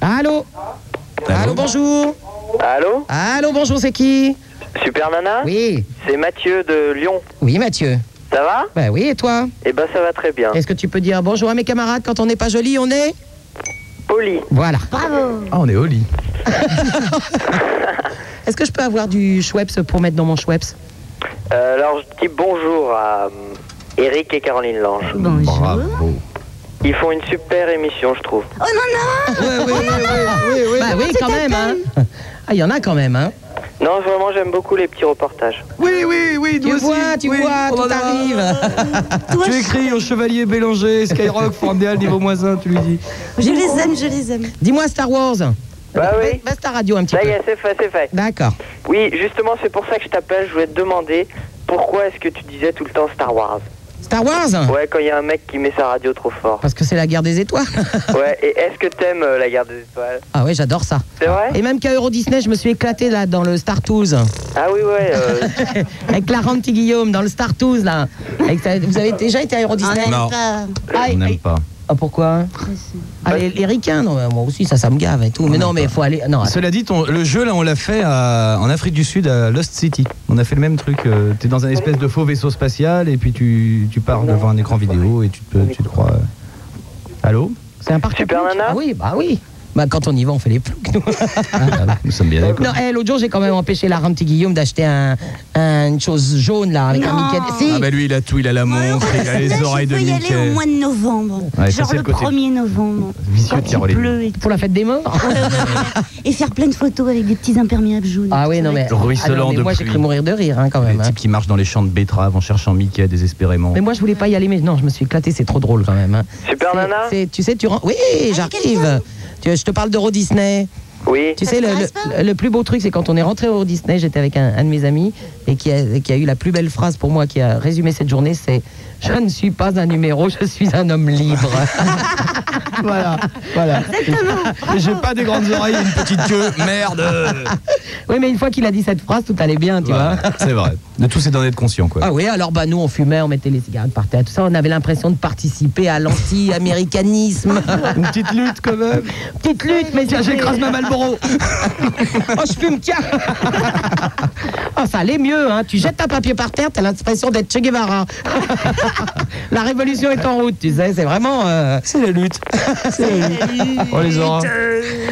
Allô. Allô, bonjour.
Allô
Allô, bonjour, c'est qui
Super Nana
Oui.
C'est Mathieu de Lyon.
Oui, Mathieu.
Ça va
Ben oui, et toi
Eh ben ça va très bien.
Est-ce que tu peux dire bonjour à mes camarades quand on n'est pas joli, on est
Poli.
Voilà.
Bravo
Ah, on est au lit.
Est-ce que je peux avoir du Schweppes pour mettre dans mon Schweppes
Euh, alors je dis bonjour à euh, Eric et Caroline Lange.
Bravo.
Ils font une super émission, je trouve.
Oh non, non ouais, ouais, ouais, ouais, ouais, Bah oui, quand même, hein Ah, il y en a quand même, hein
Non, vraiment, j'aime beaucoup les petits reportages.
Oui, oui, oui, Oh Tu
nous aussi,
vois, tu
oui,
vois,
on en
tout
a-
arrive
tu écris au Chevalier Bélanger, Skyrock, Fondéal, niveau moins 1, tu lui dis.
Je les aime, je les aime. Dis-moi Star Wars.
Bah oui.
Baisse ta radio un petit
Ça
peu.
y est, c'est fait, c'est fait.
D'accord.
Oui, justement, c'est pour ça que je t'appelle. Je voulais te demander pourquoi est-ce que tu disais tout le temps Star Wars
Star Wars
Ouais, quand il y a un mec qui met sa radio trop fort.
Parce que c'est la guerre des étoiles.
ouais, et est-ce que t'aimes euh, la guerre des étoiles
ah ouais, j'adore ça.
C'est vrai
Et même qu'à Euro Disney, je me suis éclaté là dans le Star Tools.
Ah oui, ouais. euh,
Avec Clarence petit Guillaume dans le Star Tools là. Avec ta- Vous avez déjà été à Euro Disney
Non.
Ah,
On n'aime pas.
Ah, pourquoi Ah, les, les ricains, non, mais moi aussi, ça, ça me gave et tout. Mais non, mais il faut aller. Non,
Cela dit, ton- le jeu, là, on l'a fait à- en Afrique du Sud, à Lost City. On a fait le même truc. euh, T'es dans un espèce de faux vaisseau spatial et puis tu, tu pars devant un écran vidéo et tu te, tu te crois. euh, Allô
C'est un parc
Super Nana
Oui, bah oui. Bah, quand on y va, on fait les ploucs, nous.
Ah, bah Nous sommes bien d'accord.
Non, eh, l'autre jour, j'ai quand même empêché la Ramti Guillaume d'acheter un, un- une chose jaune, là, avec un Mickey. Si.
Ah bah lui il a tout, il a la montre, il a les oreilles de
peux y aller
Mickey.
au mois de novembre.
Ouais, ça,
genre
c'est
le,
le côté
1er novembre.
Vicieux de
Il
Caroline.
pleut et
Pour la fête des morts
Et faire plein de photos avec des petits imperméables jaunes.
Ah oui, non, mais.
Le ruisselant
Ah non, mais
de
moi, j'ai
pluie.
cru mourir de rire, hein, quand même.
Les types qui marchent dans les champs de betteraves en cherchant Mickey désespérément.
Mais moi, je voulais pas y aller, mais non, je me suis éclaté, c'est trop drôle quand même. hein.
Super
C'est-
Nana
c'est- Tu sais, tu rentres. Oui, j'arrive. Tu- Je te parle d'Euro Disney.
Oui.
Tu sais, le, le- le plus beau truc, c'est quand on est rentré au Euro Disney, j'étais avec un, un de mes amis et qui a, qui a eu la plus belle phrase pour moi qui a résumé cette journée c'est Je ne suis pas un numéro, je suis un homme libre. voilà, voilà.
J'ai pas des grandes oreilles et une petite queue, merde
Oui, mais une fois qu'il a dit cette phrase, tout allait bien, tu vois.
Voilà, C'est vrai. De tous ces d'en être conscient quoi.
Ah oui, alors bah nous on fumait, on mettait les cigarettes par terre, tout ça, on avait l'impression de participer à l'anti-américanisme. Une petite lutte quand même. Petite lutte, mais
Tiens,
c'était-
j'écrase ma Marlboro.
oh, je fume, tiens. oh, ça allait mieux, hein. Tu jettes un papier par terre, t'as l'impression d'être Che Guevara. la révolution est en route, tu sais, c'est vraiment. C'est la lutte.
Oh, les aura.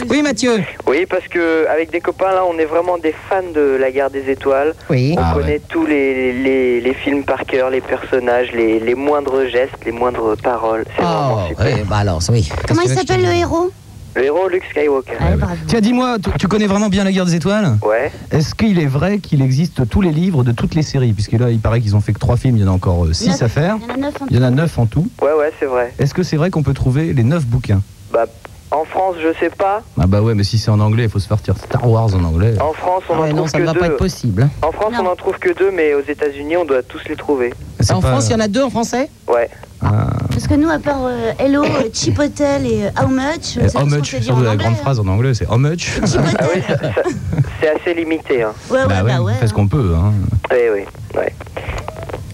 Oui, Mathieu.
Oui, parce que avec des copains là, on est vraiment des fans de la guerre des étoiles.
Oui.
On
Ah,
connaît tous les, les, les films par cœur, les personnages, les, les moindres gestes, les moindres paroles. C'est
Oh.
vraiment super.
bah alors, oui.
Comment il s'appelle le héros Ah,
Le héros Luke Skywalker.
Tiens, dis-moi, tu- tu connais vraiment bien la guerre des étoiles
Ouais.
Est-ce qu'il est vrai qu'il existe tous les livres de toutes les séries Puisque là, il paraît qu'ils ont fait que trois films, il y en a encore euh, six
Neuf.
à faire.
Il y en a neuf en
Il y en a neuf en tout.
Ouais, ouais, c'est vrai.
Est-ce que c'est vrai qu'on peut trouver les neuf bouquins
Bah, en France, je sais pas.
Ah bah ouais, mais si c'est en anglais, il faut se faire tirer Star Wars en
Euh.
anglais. Eh,
En France,
Ah
on en trouve que deux.
possible. hein.
En France, on en trouve que deux, mais aux États-Unis, on doit tous les trouver.
Ah, En France, il y en
euh,
a deux en français Ah.
Ouais.
Parce que nous, à part euh, Hello, euh, Cheap Hotel et euh, How Much, euh, c'est
Eh, how
tout ce qu'on
much
sait dire
Surtout
en
la
anglais.
grande phrase en anglais, c'est how much
Ah oui, ça- ça- c'est assez limité. Hein.
Ouais,
Bah ouais, on fait ce qu'on peut. Hein.
Oui, oui. Ouais.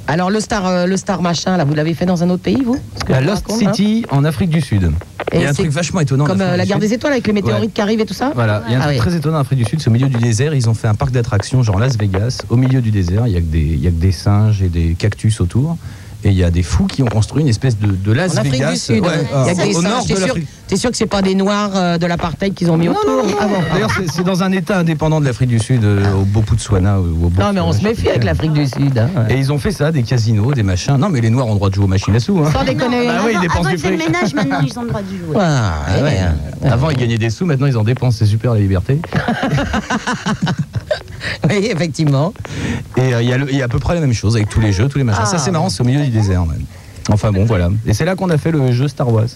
Alors le star, euh, le star machin, là, vous l'avez fait dans un autre pays, vous Parce que
La
je
Lost
raconte, hein.
City en Afrique du Sud.
Et
Il y a un
c'est
truc vachement étonnant. en
Comme
Afrique
euh, la
du
guerre
Sud.
des étoiles avec les météorites
Ouais.
qui arrivent et tout ça
Voilà, il y a un
Ah
truc
ouais.
très étonnant en Afrique du Sud, c'est au milieu du désert, ils ont fait un parc d'attractions genre Las Vegas, au milieu du désert, il y, a que des- il y a que des singes et des cactus autour, et il y a des fous qui ont construit une espèce de, de Las
En Afrique
Vegas
du Sud,
ouais,
ouais.
euh,
Il y a que des
au
singes,
nord
t'es
de
sûr-
l'Afrique.
T'es sûr que c'est pas des noirs euh, de l'apartheid qu'ils ont mis autour Ah bon.
D'ailleurs, c'est- c'est dans un état indépendant de l'Afrique du Sud, euh, au Botswana. ou au
Non, mais on se méfie avec l'Afrique du Sud. hein.
Et ils ont fait ça, des casinos, des machins. Non, mais les Noirs ont le droit de jouer aux machines à sous. Hein.
Sans déconner.
Bah oui, ils
Avant-
dépensent
Avant,
du
ils faisaient le
fric.
ménage, maintenant ils ont le droit de jouer.
Ah, ouais.
hein.
Avant, ils gagnaient des sous, maintenant, ils en dépensent. C'est super, la liberté.
oui, effectivement.
Et euh, il y a le- il y, a à peu près la même chose avec tous les jeux, tous les machins.
Ah.
ça, c'est marrant, c'est au milieu du désert, même. Enfin, bon, voilà. Et c'est là qu'on a fait le jeu Star Wars.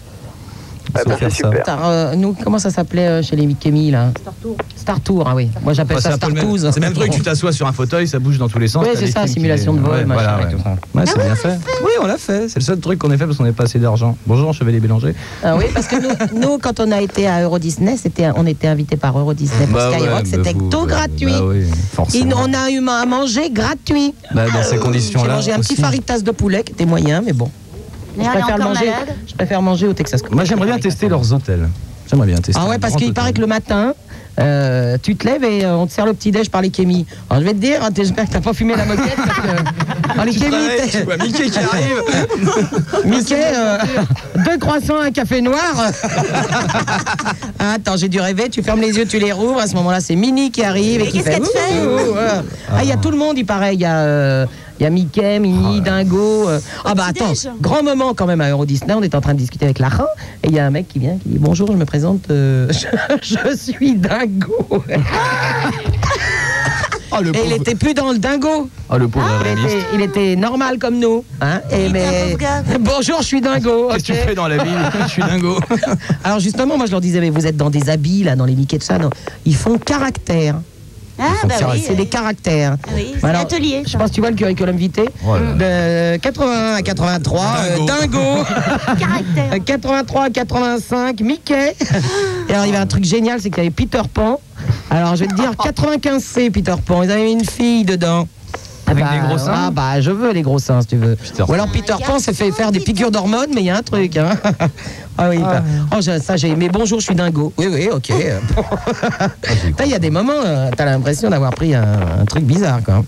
Il faut faire ça.
Star, euh, nous, comment ça s'appelait euh, chez les Mikemi là Star Tour. Star Tour, ah oui. Moi j'appelle
Enfin,
ça
c'est
Star
un peu
hein.
le même-
Touze.
C'est le même truc, tu t'assois sur un fauteuil, ça bouge dans tous les sens.
Ouais,
t'as
c'est
des
ça,
films qui-
simulation de vol, machin et tout ça. Ah
Ouais, c'est bien fait. Oui, on l'a fait. C'est le seul truc qu'on ait fait parce qu'on n'avait pas assez d'argent. Bonjour, Chevalier Bélanger.
Ah oui, parce que nous, nous, quand on a été à Euro Disney, c'était, on était invité par Euro Disney pour
Bah ouais,
Skyrock,
bah
c'était
vous,
tout
ouais,
gratuit.
bah oui,
Et
forcément.
on a eu à manger gratuit.
Bah, dans ces
Ah J'ai
conditions-là.
mangé un petit
aussi.
faritas de poulet qui était moyen, mais bon. Je
Léa, elle est
préfère, le
encore
manger,
malade
je préfère manger au Texas.
Moi, j'aimerais bien tester leurs hôtels. J'aimerais bien tester.
Ah ouais,
un
parce
grand
qu'il
hôtel.
paraît que le matin, euh, tu te lèves et euh, on te sert le petit-déj par les kémis. Alors je vais te dire, hein, t'es- j'espère que t'as pas fumé la moquette. parce que- Ah, les
Tu te
kémis,
réveilles,
t'es- Ah
tu vois Mickey qui arrive.
Mickey, euh, deux croissants, un café noir. Ah, Attends, j'ai dû rêver. Tu fermes les yeux, tu les rouvres. À ce moment-là, c'est Minnie qui arrive. Et qui fait, Ouh, ouh, ouh, euh. Ah, il y a tout le monde, il paraît. Il y a. euh, il y a Mickey,
Oh
Minnie, Dingo. euh. Ah bah attends, grand moment quand même à Euro Disney. On est en train de discuter avec Lara et il y a un mec qui vient qui dit bonjour, je me présente, euh, je, je suis Dingo.
Ah, le
et il
pauvre.
était plus dans le Dingo.
Ah, le pauvre
Il
Rémi.
était, il était normal comme nous. Hein et mais... Bonjour, je suis dingo.
Qu'est-ce que tu
ok.
fais dans la vie Je suis dingo.
Alors justement, moi je leur disais, mais vous êtes dans des habits, là, dans les Mickey, tout ça. Non. Ils font caractère.
Ah,
bah oui,
C'est des caractères. Bah,
Oui, c'est
Alors,
l'atelier.
Je pense que tu vois le curriculum vitae.
Oh là
De 81 à 83, euh, dingo. Euh, 83 à 85, Mickey. Et alors il y avait un truc génial, c'est qu'il y avait Peter Pan. Alors je vais te dire, 95C Peter Pan. Ils avaient une fille dedans.
Avec
Ah bah,
des gros seins
Ah bah je veux les gros seins si tu veux. Ou alors Peter Pan s'est fait faire des piqûres d'hormones, mais il y a un truc. hein. ah oui, bah, oh, j'ai- ça j'ai aimé. Bonjour, je suis dingo. Oui, oui, ok. Bon. Putain, Il y a des moments, euh, t'as l'impression d'avoir pris un, un truc bizarre, quoi.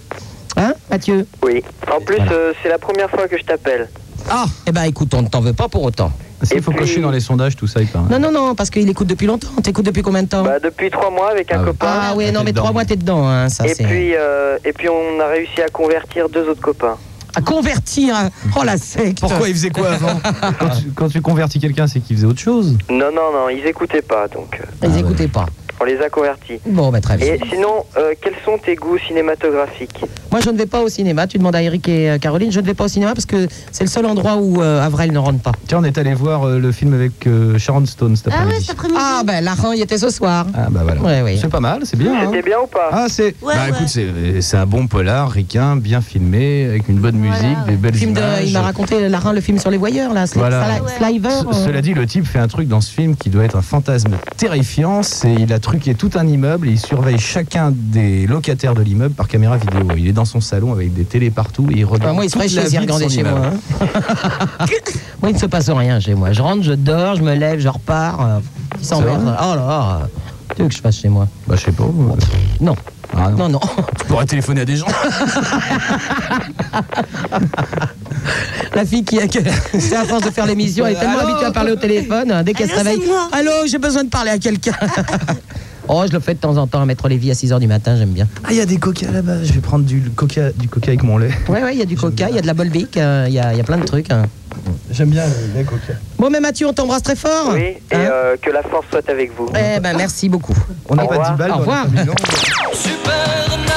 Hein, Mathieu
Oui. En plus, euh, c'est la première fois que je t'appelle.
Ah Eh ben écoute, on ne t'en veut pas pour autant.
Est-ce qu'il faut cocher dans les sondages tout ça il paraît
Non, non, non, parce qu'il écoute depuis longtemps. T'écoutes depuis combien de temps
Bah, depuis trois mois avec un copain.
Ah ouais, non, mais trois mois, t'es dedans. hein, ça,
et
c'est-
puis, euh, et puis on a réussi à convertir deux autres copains.
À convertir. hein. Oh la secte.
Pourquoi il faisait quoi avant
quand, tu, quand tu convertis quelqu'un, c'est qu'il faisait autre chose.
Non, non, non, ils écoutaient pas, donc euh,
Ils écoutaient pas.
on les a convertis.
Bon, bah très bien.
Et sinon, euh, quels sont tes goûts cinématographiques
Moi, je ne vais pas au cinéma. Tu demandes à Eric et euh, Caroline. Je ne vais pas au cinéma parce que c'est le seul endroit où euh, Avril ne rentre pas.
Tiens, on est allé voir euh, le film avec euh, Sharon Stone cet après-midi.
cet après-midi. Ah, ben Laurent y était ce soir.
Ah bah voilà.
Ouais, ouais.
C'est pas mal, c'est bien.
C'était
bien ou pas
Ah c'est.
Ouais,
bah
ouais.
écoute, c'est c'est un bon polar ricain, bien filmé, avec une bonne musique, des belles
Le film de-
images.
il m'a raconté Laurent le film sur les voyeurs là, Sli-
Voilà.
Sli- Sliver.
Ce-
euh.
Cela dit, le type fait un truc dans ce film qui doit être un fantasme terrifiant. C'est il a truqué tout un immeuble et il surveille chacun des locataires de l'immeuble par caméra vidéo. Il est dans son salon avec des télés partout et il regarde.
Enfin, moi, il se ferait
toute la
chier s'il
vie de
regardait
son
chez
immeuble.
moi. hein. moi, il ne se passe rien chez moi. Je rentre, je dors, je me lève, je repars. euh, Il s'emmerde.
vrai
Oh là là. euh, Tu veux que je fasse chez moi
Bah je sais pas. Ah, euh,
Non. non, non.
Tu pourrais téléphoner à des gens.
La fille qui a. qui- C'est à force de faire l'émission, elle est tellement
Allô
habituée à parler au téléphone. hein, Dès qu'elle se
Allô,
réveille.
c'est moi.
Allô, j'ai besoin de parler à quelqu'un. oh, je le fais de temps en temps à mettre les vies à 6 h du matin, j'aime bien.
Ah il y a des coca là-bas. Je vais prendre du coca, du coca avec mon lait.
Ouais, ouais, il y a du coca, il y a de la Bolbec, il y, a il y a plein de trucs. hein.
J'aime bien le lait coca.
Bon, mais Mathieu, on t'embrasse très fort.
Oui, et euh, que la force soit avec vous.
Hein Eh ben, merci beaucoup.
On n'a
Au
pas
revoir.
10 balles.
Au revoir.
Super Nana.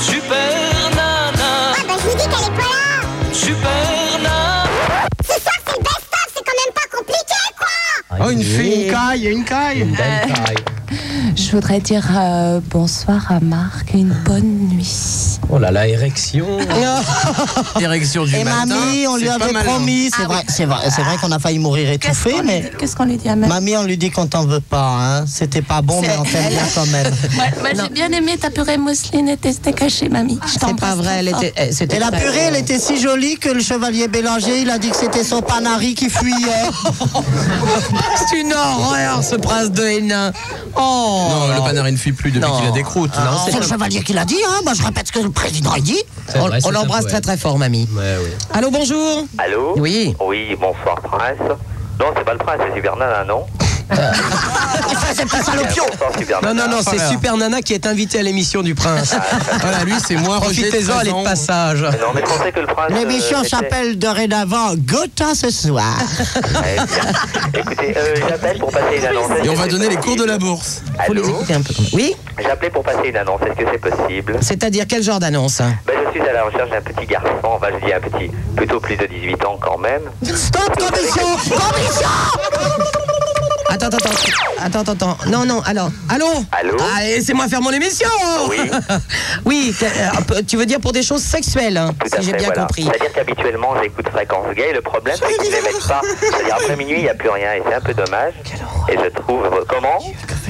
Super Nana.
Ah bah je vous dis qu'elle est pas là
Super Nana.
Ce soir c'est le best-of, c'est quand même pas compliqué quoi
Oh, une fille, une caille, une caille.
Euh, Je voudrais dire euh, bonsoir à Marc et une bonne nuit.
Oh là là, érection.
Direction
Et Eh, mamie, on lui avait promis, c'est vrai, c'est vrai, c'est vrai qu'on a failli mourir étouffé, mais.
hein. Ah Qu'est-ce qu'on lui dit à Marc
Mamie, on lui dit qu'on t'en veut pas, hein. C'était pas bon, mais
C'est-
on t'aime bien quand même.
Ouais, moi, j'ai bien aimé ta purée mousseline et tes steaks hachés, mamie. C'est pas vrai, elle
était- eh, c'était
Et la
très-
purée, elle était si jolie que le chevalier Bélanger, il a dit que c'était son panari qui fuyait.
C'est une horreur, ce prince de Hénin. Oh
Non, le panard il ne fuit plus depuis qu'il a des croûtes.
Ah,
Non,
c'est le chevalier qui l'a dit, hein. Moi, je répète ce que le président a dit.
C'est vrai,
on
c'est
on
un
l'embrasse
poète.
très très fort, mamie. Allô, bonjour.
Allô
Oui.
Oui, bonsoir, prince. Non, c'est pas le prince, c'est Super Nana, non
c'est pas
Salopion
Non, non, non, c'est Super Nana qui est invité à l'émission du prince. voilà, lui, c'est moi, Profitez-en, les passages.
Non, mais je pensais que le prince.
L'émission
euh, était-
s'appelle dorénavant Gotha ce soir.
Ouais, Eh bien. Écoutez, euh, j'appelle pour passer une annonce.
Et on va donner les cours de la bourse.
Faut les écouter un peu. Oui
J'appelais pour passer une annonce, est-ce que c'est possible
C'est-à-dire quel genre d'annonce hein
ben, Je suis à la recherche d'un petit garçon, enfin je dis un petit, plutôt plus de 18 ans quand même.
Stop, commission Attends, attends, attends. Attends, attends. Non, non, alors. Allô
Allô
Ah, laissez-moi faire mon émission
Oui.
Oui, t'es- euh, tu veux dire pour des choses sexuelles, hein,
Tout à
si j'ai
fait,
bien
voilà.
compris.
C'est-à-dire qu'habituellement j'écoute Fréquence Gay, le problème c'est qu'ils ne les mettent pas. C'est-à-dire après minuit il n'y a plus rien et c'est un peu dommage. Et je trouve... Comment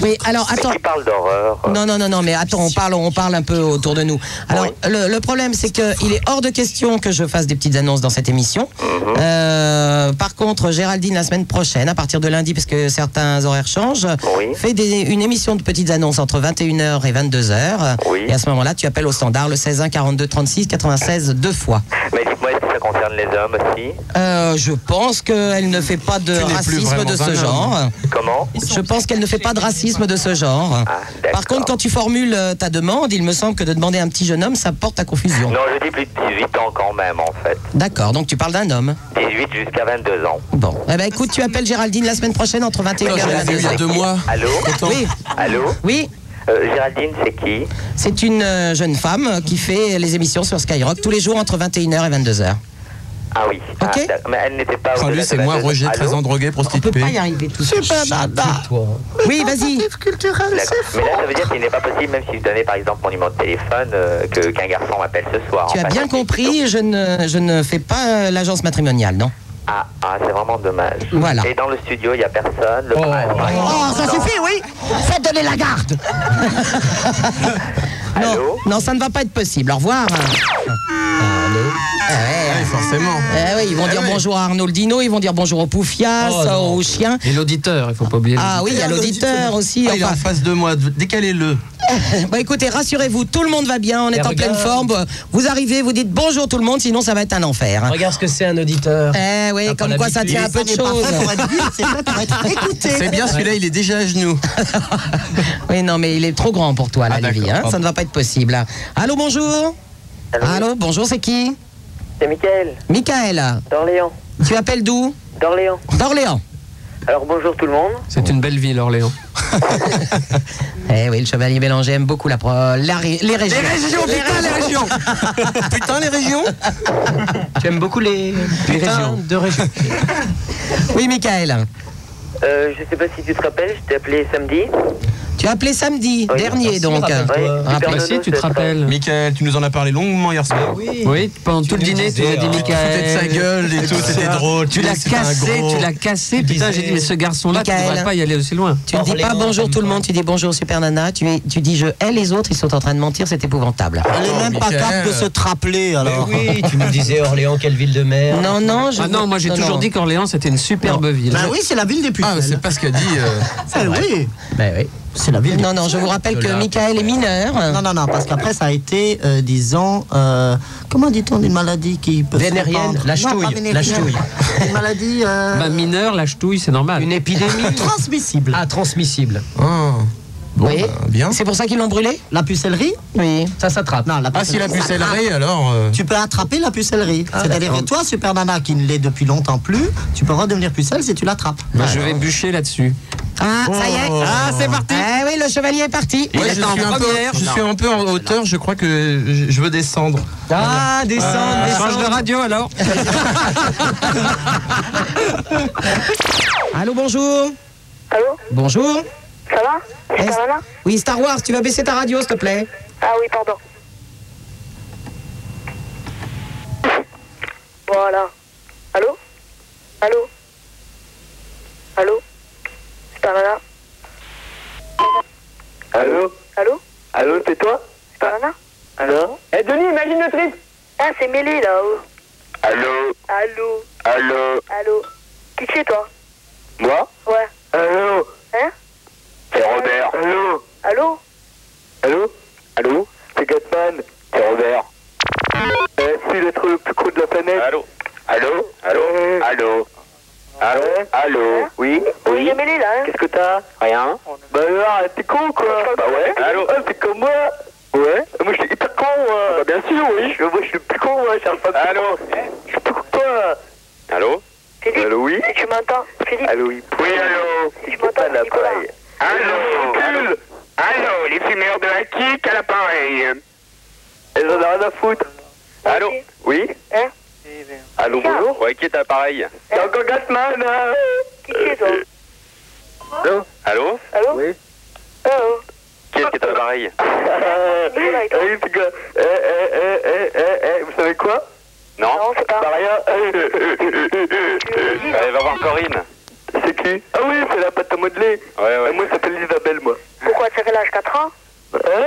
Oui, alors attends.
Mais qui parle d'horreur
Non, non, non, non, mais attends, on parle, on parle un peu autour de nous. Alors, le, le problème, c'est qu'il est hors de question que je fasse des petites annonces dans cette émission.
Mhm.
Euh, par contre, Géraldine, la semaine prochaine, à partir de lundi, parce que certains horaires changent, fait des- une émission de petites annonces entre 21h et 22h. Et à ce moment-là, tu appelles au standard le 16 1 42 36 96 deux fois.
Mais dites-moi, est-ce que ça concerne les hommes aussi
Euh, je pense qu'elle ne fait pas de
n'es plus
racisme
vraiment
de ce
un
genre.
homme. Comment Ah,
Je pense qu'elle ne fait pas de racisme de ce genre. Par contre, quand tu formules euh, ta demande, il me semble que de demander à un petit jeune homme, ça porte à confusion.
Non, je dis plus de 18 ans quand même en fait.
D'accord, donc tu parles d'un homme.
18 jusqu'à 22 ans.
Bon. Eh ben écoute, tu appelles Géraldine la semaine prochaine entre 21h
Non, je
et
l'avais eu il y a
22h.
deux mois. Allô
Oui.
Allô
Oui.
Euh, Géraldine, c'est qui
C'est une euh, jeune femme euh, qui fait les émissions sur Skyrock tous les jours entre 21h et 22h.
Ah oui. Ah, d'accord. mais elle n'était pas au
lui, c'est moi, Roger, très endrogué, prostitué.
tout Super dada. Oui, vas-y.
Mais là, ça veut dire qu'il n'est pas possible, même si je donnais par exemple mon numéro de téléphone, euh, que- qu'un garçon m'appelle ce soir.
Tu as
Enfin,
bien compris, je ne, je ne fais pas euh, l'agence matrimoniale, non
Ah, ah, c'est vraiment dommage.
Voilà.
Et dans le studio, il n'y a personne. Le prince, par exemple.
Oh, ça
Non.
suffit, oui Faites donner la garde
Non, non, ça ne va pas être possible. Au revoir. Ah ouais.
forcément.
Eh oui, ils vont dire bonjour à Arnoldino, ils vont dire bonjour au Poufias,
Oh,
euh, au chien.
Et l'auditeur, il faut pas oublier.
Ah,
Ah oui, il y a l'auditeur aussi,
Ah, Il est en
enfin.
face de moi, décalez-le.
bon, Bah, écoutez, rassurez-vous, tout le monde va bien, on
Et
est en
regarde.
pleine forme. Vous arrivez, vous dites bonjour tout le monde, sinon ça va être un enfer.
Regarde ce que c'est un auditeur.
Eh oui, comme quoi ça tient un peu de choses. Écoutez.
C'est bien, celui-là, il est déjà à genoux. Ah,
oui, non, mais il est trop grand pour toi, là, Lévi. hein. Ça ne va pas être possible. là. Allô, bonjour. Allô, bonjour, c'est qui
C'est Michael.
Michael.
D'Orléans.
Tu appelles d'où
D'Orléans.
D'Orléans.
Alors bonjour tout le monde.
C'est une belle ville, Orléans.
Eh oui, le chevalier Bélanger aime beaucoup la pro- la ré- les régions.
Les régions, putain, les régions.
Putain, les régions Tu aimes beaucoup les, régions. de régions. oui, Michael.
Euh, je sais pas si tu te rappelles, je t'ai appelé samedi.
Tu as appelé samedi
Oui,
dernier, donc. euh,
Bah
Super Nono, c'est très-
Michael, tu nous en as parlé longuement hier soir.
Oui, pendant tout le dîner, tu
disais,
as dit
tu te
Michael.
foutais de sa gueule et tout,
etc.
c'était drôle,
Tu
tu
l'as
disais que c'était un
cassé,
gros.
tu l'as cassé.
Tu
Putain, j'ai
disais-
dit, mais ce garçon-là, tu ne
Michael.
devrais pas y aller aussi loin.
Tu ne dis pas bonjour tout le monde, tu dis bonjour Super Nana, tu, es- tu dis je hais les autres, ils sont en train de mentir, c'est épouvantable.
Elle est même pas Michael. capable de se
te rappeler alors.
Oui, tu nous disais Orléans, quelle ville de mer.
Non, non, je-
Ah non, moi j'ai
non,
toujours
non.
dit qu'Orléans c'était une superbe ville.
Bah oui, c'est la ville des plus
Ah, c'est pas ce qu'a dit.
euh,
Eh
C'est vrai. oui.
Bah
C'est la ville.
Non, non, je vous rappelle
De
que
là.
Michael est mineur.
Non, non, non, parce qu'après, ça a été, euh, disons, euh, comment dit-on, une maladie qui peut. se
Vénérienne,
répandre
la
Non, pas
ch'touille,
vénérienne.
la ch'touille.
Une maladie. euh,
Bah mineur, la ch'touille, c'est normal. Une épidémie.
transmissible.
Ah, transmissible.
Ah. oui.
bien.
C'est pour ça qu'ils l'ont brûlé
La pucellerie
Oui.
Ça s'attrape.
Non, la
Ah, si la pucellerie,
ça-
alors. euh,
Tu peux attraper la pucellerie. C'est-à-dire que toi, Super Nana, qui ne l'est depuis longtemps plus, tu peux redevenir pucelle si tu l'attrapes.
Bah, je vais bûcher là-dessus.
Ah, ça y est. Ah, c'est parti. Eh oui, le chevalier est parti.
ouais, je, suis un peu, je suis un peu en hauteur, je crois que je- je veux descendre.
Ah, descendre, descendre.
Change de radio alors.
Allô, bonjour.
Allô
Bonjour.
Ça va
Est-ce- Oui, Star Wars, tu vas baisser ta radio, s'il te plaît.
Ah oui, pardon. Voilà. Allô Allô Allô Star Nana
Allô
Allô
Allô, c'est toi
Star Nana
Allô Eh Denis, imagine le trip
Ah, c'est mêlé là-haut.
Allô
Allô
Allô
Allô Qui c'est toi
Moi
Ouais.
Allô
Hein
C'est Robert. Allô
Allô
Allô Allô C'est Gatman. C'est Robert. Euh, c'est l'être le plus gros de la planète. Allô Allô Eh. Allô Allô Allô Allô Oui
Oui, il est mêlé là, hein
Qu'est-ce que t'as Rien. Bah alors, t'es con ou quoi Bah ouais. Allô T'es comme moi Ouais Euh, Moi je suis hyper con moi Bah bien sûr oui Moi je suis plus con moi, Charles pas Allô Je suis plus con que toi Allô
Philippe
Allô oui
Si tu m'entends Philippe
Allô oui Oui allô
Si tu m'entends, c'est Nicolas.
Allô Allô, les fumeurs de la kick à l'appareil. Elles en ont rien à foutre. Allô Oui
Hein
Allô, bonjour Ouais, qui est à l'appareil Euh, C'est encore Gatman
Qui c'est toi
Allô Allô
Allô
Oui
Allô
Qui est qui est à l'appareil Euh, Oui, c'est que... Eh, eh, eh, eh, eh, eh, vous savez quoi Non Non, c'est pas... Euh, rien Allez, va euh, voir Corinne. C'est qui Ah oui, c'est la pâte à modeler. Ouais, ouais. Moi, je s'appelle Isabelle, moi.
Pourquoi tu as quel âge 4 ans
Hein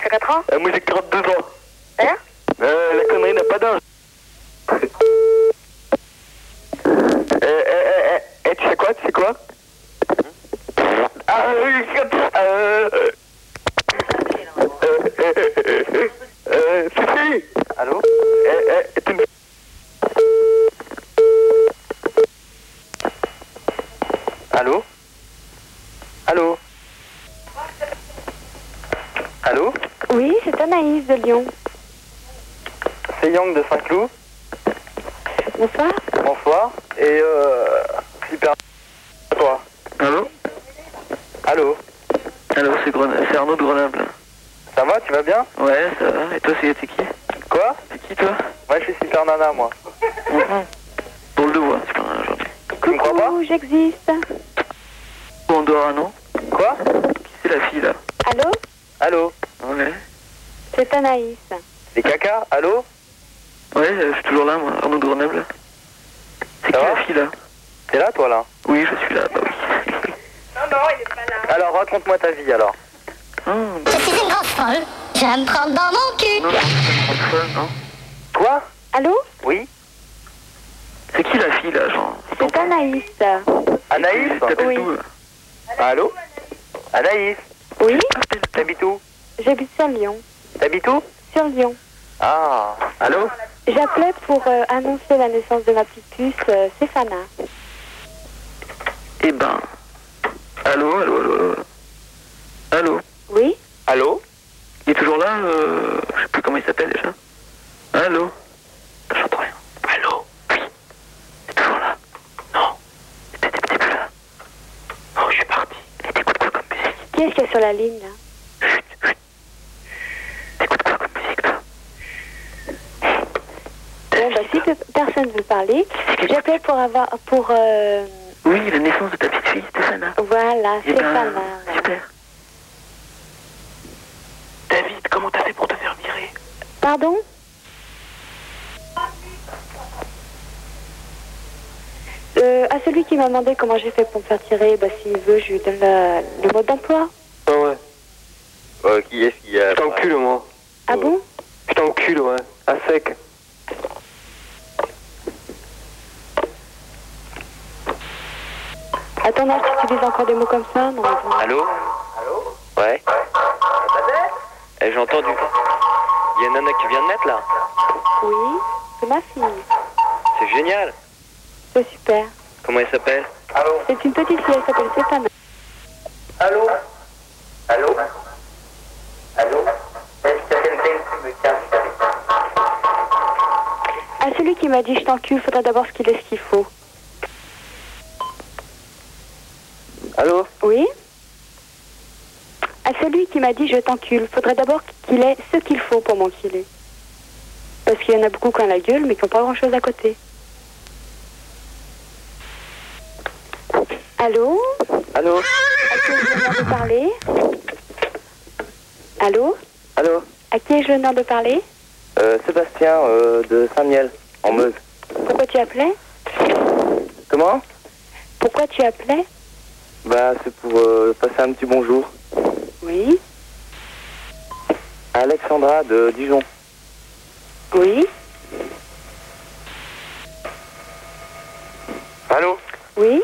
T'as 4 ans
Euh, Moi j'ai 42 ans.
Hein
Euh, la connerie n'a pas d'âge. euh, euh, euh, euh, eh, tu sais quoi Tu sais quoi Ah oui, je- euh, euh, euh, euh, euh, euh, Fifi Allô euh, euh, tu me- Allô Allô Allô
Oui, c'est Anaïs de Lyon.
C'est Yang de Saint-Cloud.
Bonsoir.
Bonsoir. Et euh. Super. Toi. Allô Allô Allô, c'est Arnaud de Grenoble. Ça va, tu vas bien Ouais, ça va. Et toi, c'est t'es qui Quoi T'es qui toi Ouais, je suis Super Nana, moi. Pour le devoir, Super Nana aujourd'hui. Tu me crois pas
Coucou, j'existe.
On doit, non Quoi Qui c'est la fille là
Allô
Allô Ouais.
C'est Anaïs.
Les caca, allô Ouais, euh, je suis toujours là, moi, Arnaud de Grenoble. C'est qui la fille là T'es là, toi là Oui, je suis là, bah oui.
Non, non, il est pas là.
Alors, raconte-moi ta vie alors.
Je suis une grosse folle. J'aime prendre dans mon cul.
Quoi
Allô
Oui C'est qui la fille là, genre
C'est Anaïs.
Anaïs T'appelles
Oui.
d'où Allô Anaïs
Oui
T'habites où
J'habite sur Lyon.
T'habites où
Sur Lyon.
Ah, allô
J'appelais pour euh, annoncer la naissance de ma petite puce, euh, Stéphana.
Eh ben. Allô, allô, allô, allô. Allô
Oui
Allô Il est toujours là euh, Je sais plus comment il s'appelle déjà. Allô
Qui est-ce qu'il y a sur la ligne, là Bon, bah, si pe- personne ne veut parler, j'appelle pour avoir. pour. euh,
Oui, la naissance de ta petite fille, Stéphana.
voilà,
Eh ben,
Stéphana.
Super. David, comment t'as fait pour te faire virer
Pardon Euh, à celui qui m'a demandé comment j'ai fait pour me faire tirer, bah, s'il veut, je lui donne la- le mode d'emploi.
Ah ouais.
Euh, qui est-ce qui a.
Je t'encule, moi.
Ah bon
Je t'encule, ouais. À sec.
Attends, non, tu utilises encore des mots comme ça Non, mais bon.
Allô Ouais. Eh, J'ai entendu. Il y a une nana qui vient de naître là.
Oui, c'est ma fille.
C'est génial.
C'est super.
Comment elle s'appelle
C'est une petite fille, elle s'appelle Stéphane.
Allô Allô Allô
À celui qui m'a dit je t'encule, faudra d'abord qu'il ait ce qu'il faut.
Allô
Oui À celui qui m'a dit je t'encule, faudrait d'abord qu'il ait ce qu'il faut pour m'enculer. Parce qu'il y en a beaucoup qui ont la gueule, mais qui n'ont pas grand chose à côté. Allô
Allô
À qui ai-je l'honneur de parler Allô
Allô
À qui ai-je l'honneur de parler
euh, Sébastien euh, de Saint-Miel, en Meuse.
Pourquoi tu appelais
Comment
Pourquoi tu appelais
Bah, c'est pour euh, passer un petit bonjour.
Oui.
à Alexandra de Dijon.
Oui
Allô
Oui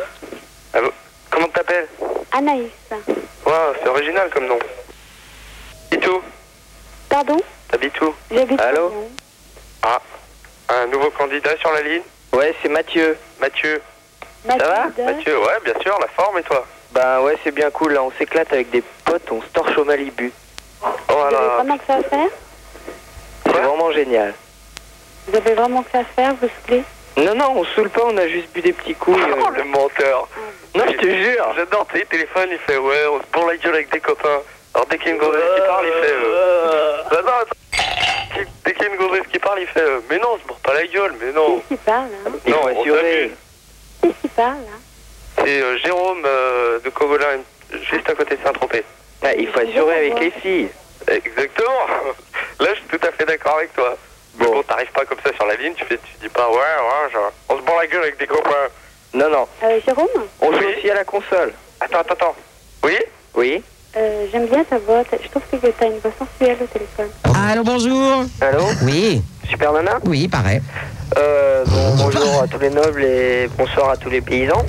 Allô Comment t'appelles
Anaïs.
Waouh, c'est original comme nom. T'habites où
Pardon
T'habites où
J'habite
Allô
Lyon.
Ah, un nouveau candidat sur la ligne Ouais, c'est Mathieu. Mathieu. Ça va
Mathilde.
Mathieu, ouais, bien sûr, la forme et toi Bah ouais, c'est bien cool, là, on s'éclate avec des potes, on se torche au Malibu. Oh
Vous avez
là,
vraiment que ça à faire
c'est vraiment génial.
Vous avez vraiment que ça à faire, vous plaît
Non, non, on saoule pas, on a juste bu des petits coups. Oh, le menteur Non, je te jure J'adore, tes téléphones, il fait ouais, on se bourre la gueule avec des copains. Alors dès qu'il y a une gonzesse qui parle, il fait. Euh... Bah non, attends. Dès qu'il y a une gonzesse qui parle, il fait euh, Mais non, on se bourre pas la gueule, mais non
Qui parle, hein
Non, on s'abuse.
Qui parle, hein
C'est euh, Jérôme euh, de Cogolin, juste à côté de Saint-Tropez. Bah, il faut assurer
hein
avec les filles. Exactement. Là, je suis tout à fait d'accord avec toi. Bon, bon t'arrives pas comme ça sur la ligne, tu, fais, tu dis pas ouais, ouais, genre, on se bourre la gueule avec des copains. Non, non.
Euh, Jérôme
On joue aussi à la console. Attends, attends, attends. Oui Oui.
Euh, J'aime bien ta voix. T'as- Je trouve que t'as une voix sensuelle au téléphone.
Allô, bonjour.
Allô
Oui.
Super Nana
Oui, pareil.
Euh, bon, bonjour à tous les nobles et bonsoir à tous les paysans.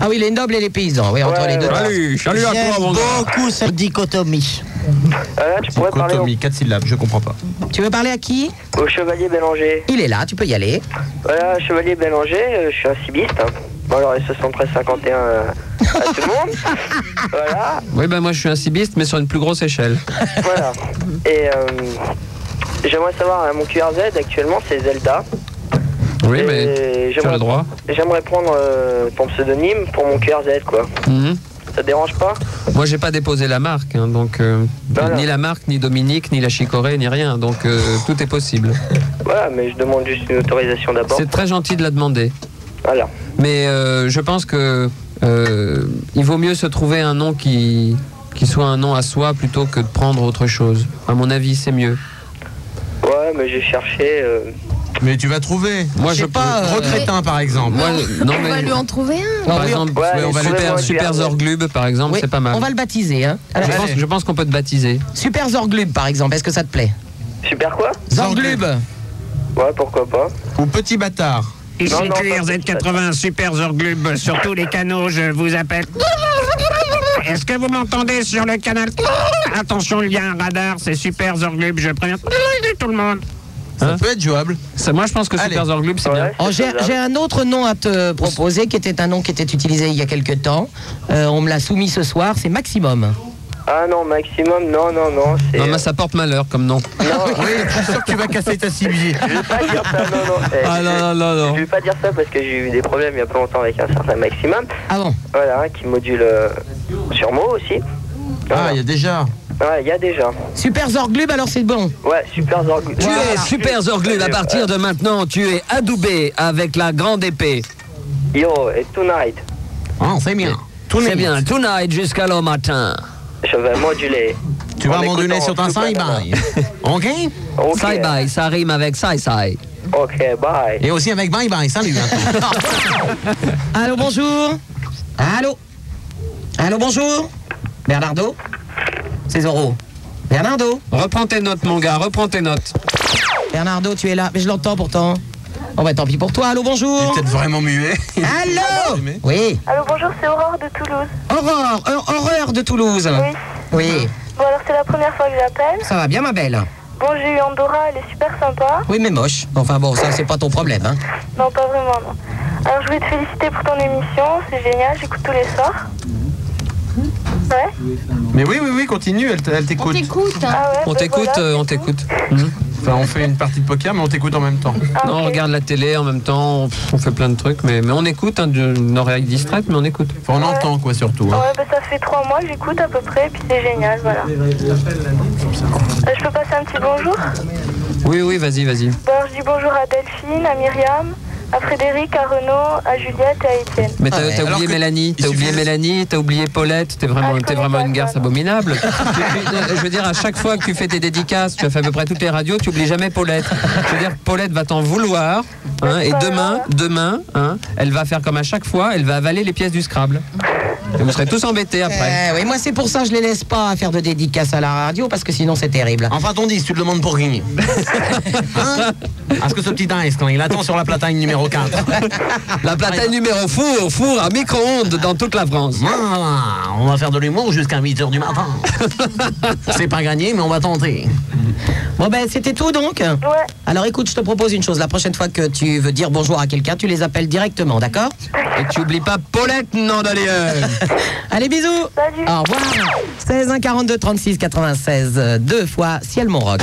Ah oui, les nobles et les paysans, oui, entre
Ouais,
les deux.
voilà. Salut, salut à
J'aime
toi, mon gars.
beaucoup cette dichotomie.
là, Euh, tu pourrais parler
Dichotomie, 4 syllabes, je comprends pas.
Tu veux parler à qui
au, au chevalier Bélanger.
Il est là, tu peux y aller.
Voilà, Chevalier Bélanger, euh, je suis un cibiste. Bon, alors, les 73-51 euh, à tout le monde. Voilà,
Oui, ben moi je suis un cibiste, mais sur une plus grosse échelle.
voilà. Et euh, j'aimerais savoir, hein, mon QRZ actuellement, c'est Zelda.
Oui, mais
Et
tu as le droit.
J'aimerais prendre euh, ton pseudonyme pour mon QRZ, quoi.
Mhm.
Ça te dérange pas
Moi, j'ai pas déposé la marque, hein, donc euh, ni la marque, ni Dominique, ni la Chicorée, ni rien. Donc euh, tout est possible.
Voilà, mais je demande juste une autorisation d'abord.
C'est très gentil de la demander.
Voilà.
Mais euh, je pense que euh, il vaut mieux se trouver un nom qui qui soit un nom à soi plutôt que de prendre autre chose. À mon avis, c'est mieux.
Ouais, mais j'ai cherché. euh,
Mais tu vas trouver.
Moi, je pas.
euh,
Recrétin, par exemple.
Moi, non,
On va
mais-
lui en trouver un.
Par
Ouais,
exemple,
ouais,
ouais, on va
trouvez-moi un
super, super
QRZ.
Zorglub, par exemple,
Oui,
c'est pas mal.
On va le baptiser, hein. Alors,
je pense, je pense qu'on peut te baptiser.
Super Zorglub, par exemple, est-ce que ça te plaît
Super quoi
Zorglub
Ouais, pourquoi pas.
Ou petit bâtard.
Ici
Non, non,
Clear Z80, Super Zorglub, sur tous les canaux, je vous appelle.
Est-ce que vous m'entendez sur le canal Oh, Attention, il y a un radar, c'est super Zorglub, je préviens tout le monde.
Ça peut être jouable.
Hein? moi, je pense que
Allez.
Super Zorglub, c'est bien.
Oh, J'ai j'ai un autre nom à te proposer qui était un nom qui était utilisé il y a quelques temps. Euh, on me l'a soumis ce soir, c'est Maximum.
Ah non, maximum, non, non, non. c'est-
Non, mais ça porte malheur comme nom.
Oui, je suis sûr que tu vas casser ta cibier.
Je vais pas dire ça, non, non. eh,
Ah,
je-
non, non, non, non.
Je vais pas dire ça parce que j'ai eu des problèmes il y a pas longtemps avec un certain maximum.
Ah bon
Voilà, hein, qui module euh, sur mots aussi.
Ah, il y a déjà.
Ouais, il y a déjà.
Super Zorglub, alors c'est bon.
Ouais, super Zorglub.
Tu
Voilà.
es Super Zorglub, à partir de maintenant, tu es adoubé avec la grande épée.
Yo, et tonight,
Ah, c'est bien. C'est bien, tonight jusqu'à le matin.
je vais moduler.
Tu vas moduler sur ton
side
side-by. Ok Side-by, ça rime avec side-side.
Ok, bye.
Et aussi avec bye bye, salut.
Allô, bonjour. Allô. Allô, bonjour. Bernardo. C'est Zorro. Bernardo.
Reprends tes notes, mon gars, reprends tes notes.
Bernardo, tu es là. Mais je l'entends pourtant. Oh bah tant pis pour toi. Allô, bonjour. Il est
peut-être vraiment muet.
Allô Oui.
Allô, bonjour, c'est Aurore de Toulouse.
Aurore, hor- horreur de Toulouse.
Oui.
Oui.
Bon, alors c'est la première fois que j'appelle.
Ça va bien, ma belle
Bon, j'ai eu Andorra, elle est super sympa.
Oui, mais moche. Enfin bon, ça, c'est pas ton problème. Hein.
Non, pas vraiment, non. Alors, je voulais te féliciter pour ton émission, c'est génial, j'écoute tous les soirs. Ouais
Mais oui, oui, oui, continue, elle t- elle t'écoute. Hmm.
Ah ouais,
On
bah
t'écoute,
voilà.
euh, on t'écoute.
Enfin, on fait une partie de poker, mais on t'écoute en même temps.
Non, on regarde la télé en même temps, on, pff, on fait plein de trucs, mais, mais on écoute, hein, d'une oreille distraite, mais on écoute.
on entend quoi surtout.
hein.
hein.
Ouais, bah ça fait trois mois que j'écoute à peu près, puis c'est génial, voilà. Euh, je peux passer un petit bonjour
Oui, oui, vas-y, vas-y.
Bon, alors, je dis bonjour à Delphine, à Myriam, à Frédéric, à Renaud, à Juliette et à Étienne.
Ah, Mais t'as t'as oublié Mélanie, t'as oublié Mélanie, t'as oublié Paulette, t'es vraiment, t'es vraiment une garce abominable. Tu- tu- non, je veux dire, à chaque fois que tu fais tes dédicaces, tu as fait à peu près toutes les radios, tu oublies jamais Paulette. Je veux dire, Paulette va t'en vouloir, hein, et demain, demain, hein, elle va faire comme à chaque fois, elle va avaler les pièces du Scrabble. Et vous serez tous embêtés après.
Eh oui, moi c'est pour ça que je les laisse pas faire de dédicaces à la radio parce que sinon c'est terrible.
Enfin, ton 10, tu te le demandes pour gagner. Parce Hein que ce petit dingue, quand il attend sur la platane numéro 4.
La platane numéro four, four à micro-ondes dans toute la France.
on va faire de l'humour jusqu'à 8h du matin. C'est pas gagné, mais on va tenter.
Bon ben c'était tout donc Alors écoute, je te propose une chose. La prochaine fois que tu veux dire bonjour à quelqu'un, tu les appelles directement, d'accord
Et tu oublies pas Paulette Nandalieu
Allez, bisous Au revoir 16 1 42 36 96, euh, deux fois Ciel Mon Rock.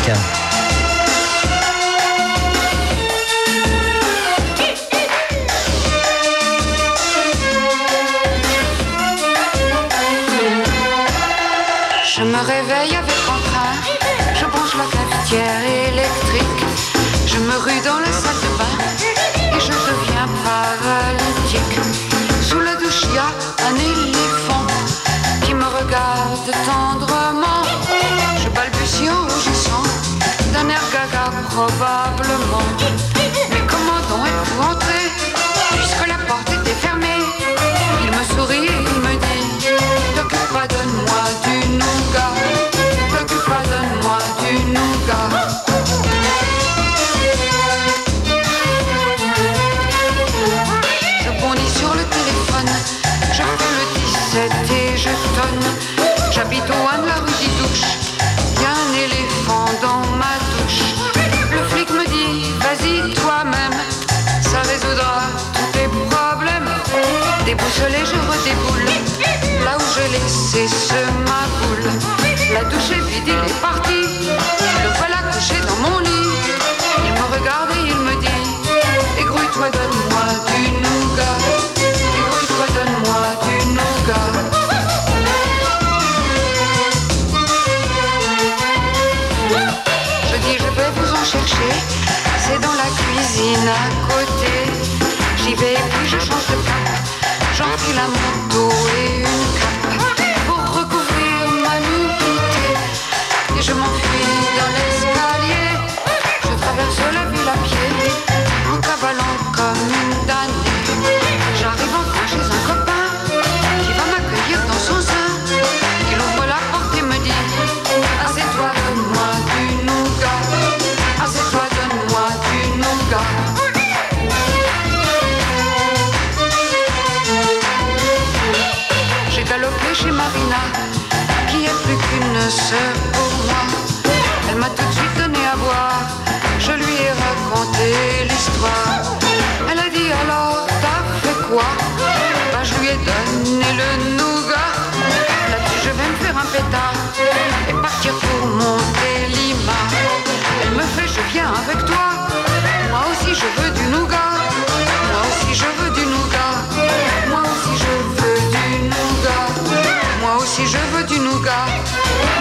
Je me réveille avec entrain, je branche la cafetière électrique, je me rue dans la salle de bain et je deviens paralytique. Sous la douche, il y a un éléphant qui me regarde tendrement. Je balbutie en rougissant d'un air gaga probablement. Mais comment donc êtes-vous entré puisque la porte était fermée Il me sourit et il me dit T'occupe pas, donne-moi du nougat. T'occupe pas, donne-moi du nougat. Je bondis sur le téléphone, je fais le 17 et je tonne. J'habite au 1 de la rue des douches, y a un éléphant dans ma douche. Le flic me dit, vas-y toi-même, ça résoudra tous tes problèmes. Déboussolé, je redéboule, là où je laissais ce ma boule. La douche est vide, il est parti, le voilà couché dans mon lit. Il me regarde et il me dit, Égrouille-toi, donne-moi du nougat. Égrouille-toi, donne-moi du nougat. Je dis, je vais vous en chercher. C'est dans la cuisine à côté. J'y vais et puis je change de cap. J'enfile un manteau et une cape pour recouvrir ma nudité. Et je m'enfuis dans l'escalier. Je traverse la ville à pied, en cavalant comme une damnée. J'arrive enfin chez un copain qui va m'accueillir dans son sein. Il ouvre la porte et me dit Assieds-toi, donne-moi du nougat. Assieds-toi, donne-moi du nougat. chez Marina, qui est plus qu'une sœur pour moi. Elle m'a tout de suite donné à boire, je lui ai raconté l'histoire. Elle a dit alors, t'as fait quoi Bah, je lui ai donné le nougat. Là-dessus, je vais me faire un pétard et partir pour monter Lima. Elle me fait, je viens avec toi. Moi aussi, je veux du nougat. Moi aussi, je veux du nougat. Moi aussi, je veux du nougat. Moi aussi, je veux du nougat.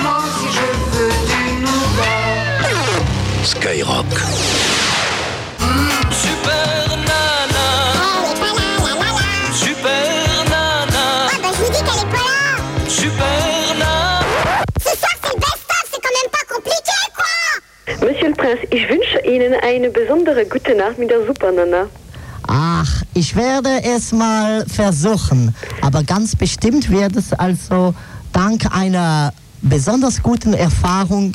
Moi aussi, je veux du nougat.
Skyrock. Super Nana. Super Nana.
Ah bah je vous dis qu'elle est pas là
Super Nana.
Ce soir c'est le best-of, c'est quand même pas compliqué quoi
Monsieur le Prinz, ich wünsche Ihnen eine besondere gute Nachmittag, Super Nana.
Ach, ich werde es mal versuchen. Aber ganz bestimmt wird es also dank einer besonders guten Erfahrung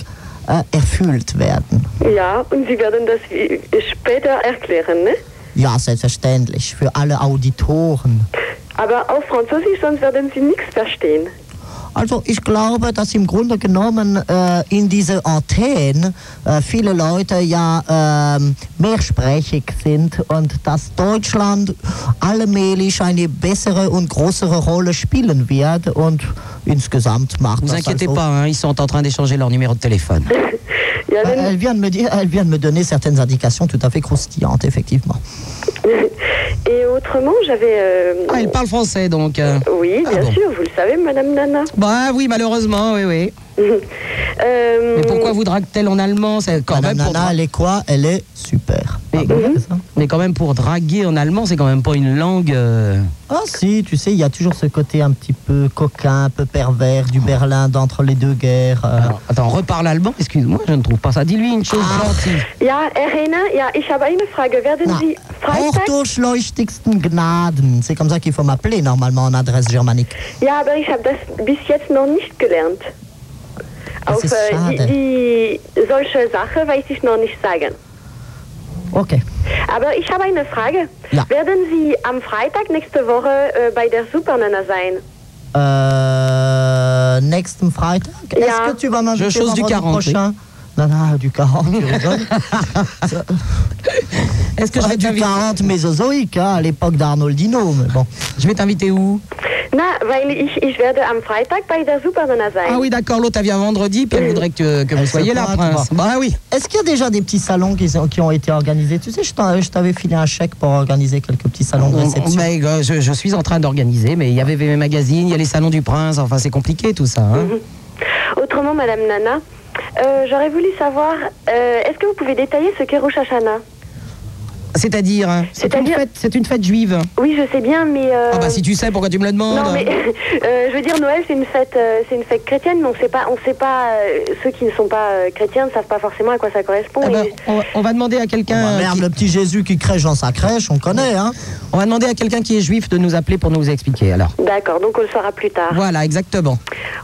äh, erfüllt werden.
Ja, und Sie werden das wie- später erklären, ne?
Ja, selbstverständlich, für alle Auditoren.
Aber auf Französisch, sonst werden Sie nichts verstehen.
Also ich glaube, dass im Grunde genommen äh, in dieser Athen äh, viele Leute ja ähm, mehrsprachig sind und dass Deutschland allmählich eine bessere und größere Rolle spielen wird und insgesamt macht
Vous
das
inquiétez
also
pas, hein, ils sont en train d'échanger leur numéro de téléphone.
Bah, Äh, Elle vient, de me dire, elle vient de me donner certaines indications tout à fait croustillantes, effectivement.
Et autrement, j'avais... euh,
Ah, elle parle français donc. euh.
Oui, bien sûr, vous le savez, Madame Nana.
Bah oui, malheureusement, oui, oui. Mais pourquoi vous drague-t-elle en allemand C'est quand même pour
Euh, elle est quoi Elle est super.
Mais, mais quand même pour draguer en allemand, c'est quand même pas une langue. euh,
Ah si, tu sais, il y a toujours ce côté un petit peu coquin, un peu pervers du Berlin d'entre les deux guerres. euh.
attends, reparle allemand, excuse-moi, je ne trouve pas ça. Dis-lui une chose
Ah.
gentille.
Ja, Herr Rehner, ja, ich habe eine Frage. Werden
Ah.
Sie Freitag...
Hochdurchleuchtigsten Gnaden, c'est comme ça qu'il faut m'appeler normalement en adresse germanique.
Ja, aber ich habe das bis jetzt noch nicht gelernt. Auf
ist
äh,
schade.
die, die solche Sache weiß ich noch nicht sagen.
Okay.
Aber ich habe eine Frage. Werden Sie am Freitag nächste Woche äh, bei der Supernana sein?
Euh, next Freitag, est-ce que tu vas m'inviter
Je chose du
vendredi
40, oui.
prochain Non, non, du 40, tu rigoles
Est-ce que
je vais du 40 mésozoïque, hein, à l'époque d'Arnoldino, mais bon.
Je vais t'inviter où
Na, weil ich, ich werde am Freitag bei der Supernana sein.
Ah oui, d'accord, l'autre, elle vient vendredi,
Euh,
puis elle voudrait que, que vous soyez là, Prince. Bah oui.
Est-ce qu'il y a déjà des petits salons qui, sont- qui ont été organisés Tu sais, je t'en- je t'avais filé un chèque pour organiser quelques petits salons de
On-
réception.
mais, euh, je, je suis en train d'organiser, mais il y avait VV Magazine, il y a les salons du Prince, enfin c'est compliqué tout ça.
Mhm.
hein.
Autrement, Madame Nana, euh, j'aurais voulu savoir, euh, est-ce que vous pouvez détailler ce qu'est Rosh Hashanah
C'est-à-dire, hein, c'est une, fête- c'est une fête juive.
Oui, je sais bien, mais... euh,
Ah bah si tu sais, pourquoi tu me le demandes
Non mais euh, je veux dire Noël c'est une fête euh, c'est une fête chrétienne mais on sait pas on sait pas euh, ceux qui ne sont pas euh, chrétiens ne savent pas forcément à quoi ça correspond.
Ah bah,
et-
on, va- on va demander à quelqu'un.
merde, Oh, le petit Jésus qui crèche dans sa crèche, on connaît, hein.
On va demander à quelqu'un qui est juif de nous appeler pour nous expliquer, alors.
D'accord donc on le saura plus tard.
Voilà, exactement.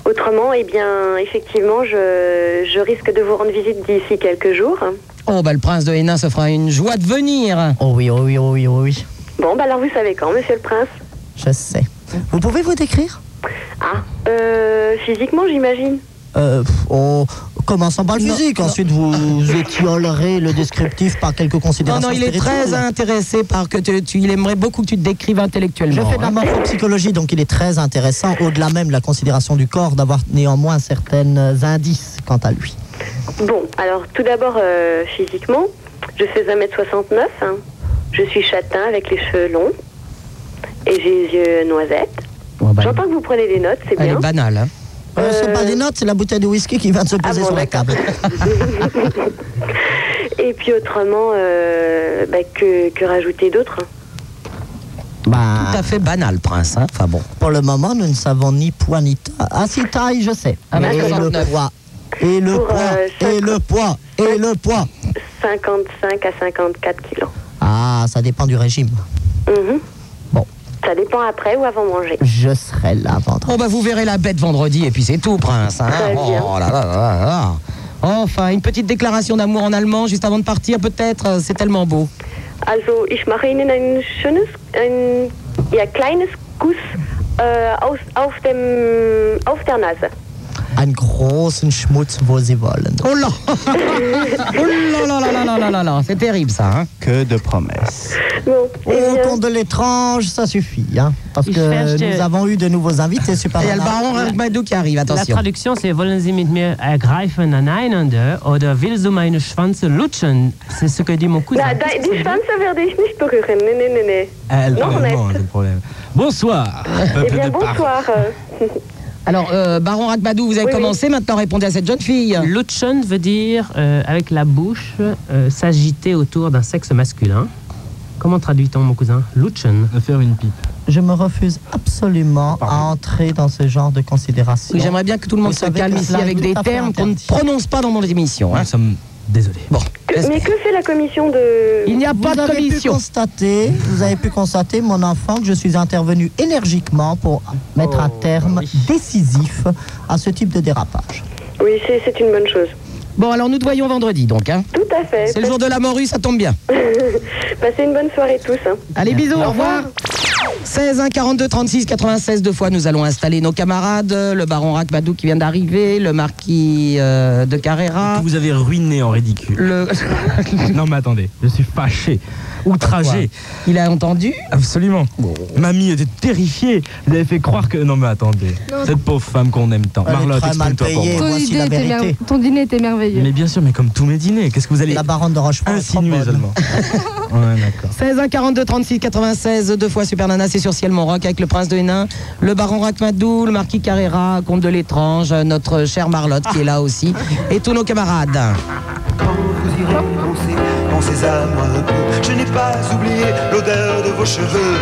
Autrement eh bien effectivement je, je risque de vous rendre visite d'ici quelques jours.
Oh, bah, le prince de Hénin se fera une joie de venir.
Oh oui, oh oui, oh oui, oh oui.
Bon bah alors vous savez quand Monsieur le Prince.
Je sais. Vous pouvez vous décrire
Ah euh, physiquement j'imagine.
euh, pff, On commence par le
Non,
physique,
non.
ensuite vous étiolerez le descriptif par quelques
Non,
considérations.
non, il est
spirituelles.
très intéressé par que tu, tu- il aimerait beaucoup que tu te décrives
Je
intellectuellement.
fais de la
hein.
morphopsychologie, donc il est très intéressant, au-delà même de la considération du corps, d'avoir néanmoins certains indices quant à lui.
Bon alors tout d'abord euh, physiquement je fais 1m69 hein. je suis châtain avec les cheveux longs et j'ai les yeux noisettes.
bah,
J'entends que vous prenez des notes c'est
Elle
bien.
est banale. hein. Ah
Euh, c'est pas des notes, c'est la bouteille de whisky qui vient de se poser sur la table.
Et puis autrement, euh, bah, que, que rajouter d'autre hein.
Tout à fait banal, prince. hein. Enfin bon.
Bah. Pour le moment, nous ne savons ni poids ni taille. Ah, si taille, je sais.
Ah, mais
et, le
69.
poids, et le
Pour,
poids.
euh,
Et le poids. Et le poids.
55 à 54 kilos.
Ah, ça dépend du régime.
Mhm.
Bon.
Ça dépend après ou avant manger.
Je serai là vendredi.
Bon, bah, vous verrez la bête vendredi, et puis c'est tout, prince. hein.
Très bien.
Oh là là là là là. Enfin, une petite déclaration d'amour en allemand juste avant de partir, peut-être. euh, C'est tellement beau.
Also, ich mache Ihnen ein schönes, ein ja, kleines Kuss äh, aus, auf, dem, auf der Nase.
Einen großen Schmutz, wo sie wollen.
Oh là Oh là là là là là là là là, c'est terrible ça. Hein
Que de promesses.
On entend de l'étrange, ça suffit. Hein, parce
Ich
que
verstehe.
nous avons eu de nouveaux invités, super.
Et il y a le
Nana.
baron Ahmadou
qui arrive,
La Traduction, c'est wollen Sie mit mir ergreifen aneinander oder willst du meine Schwanze lutschen? C'est ce que dit mon cousin.
Na, da, die Schwanze werde ich nicht berühren. Nee, nee, nee, nee. non, honnête.
problème. Bonsoir,
Eh bien, bonsoir. euh.
Ah. Alors, euh, Baron Ragbadou, vous avez
Oui,
commencé, maintenant répondez à cette jeune fille.
Lutschen veut dire euh, avec la bouche euh, s'agiter autour d'un sexe masculin. Comment traduit-on, mon cousin Lutschen. Faire une pipe.
Je me refuse absolument à entrer dans ce genre de considération.
Oui, j'aimerais bien que tout le monde
Vous
se
savez
calme
que
ici
cela
avec
est
des
tout à fait
termes qu'on ne
interdit.
prononce pas dans nos émissions. Hein.
Nous sommes désolés. Bon.
Que- mais que fait la commission de.
Il n'y a
vous avez Pu constater, vous avez pu constater, mon enfant, que je suis intervenu énergiquement pour mettre
Oh,
un
bah
terme décisif à ce type de dérapage.
Oui, c'est c'est une bonne chose.
Bon, alors nous te voyons vendredi, donc. Hein.
Tout à fait.
C'est le jour de la morue, ça tombe bien.
Passez une bonne soirée tous. hein.
Allez, bisous, au revoir. 16 1 42 36 96 deux fois nous allons installer nos camarades le baron Rakbadou qui vient d'arriver le marquis euh, de Carrera
Vous avez ruiné en ridicule.
Le...
non mais attendez, je suis fâché, outragé.
Il a entendu
Absolument. Mamie était terrifiée. Vous avez fait croire que... Non mais attendez,
Non.
cette pauvre femme qu'on aime tant.
Elle est
Marlotte,
très mal
explique-toi pour
payée.
moi.
Ton,
voici
idée
la
était mer-
vérité.
ton dîner était merveilleux.
Mais bien sûr, mais comme tous mes dîners, qu'est-ce que vous allez...
La baronne de Rochefort. est trop
Insinuer
bonne.
seulement. ouais, d'accord.
16 1 42 36 96 deux fois Super Nana c'est sur Ciel Montroc avec le prince de Hénin le baron Rakbadou le marquis Carrera comte de l'étrange notre chère Marlotte qui est là aussi et tous nos camarades
Vous irez danser, pensez à moi un peu. Je n'ai pas oublié l'odeur de vos cheveux.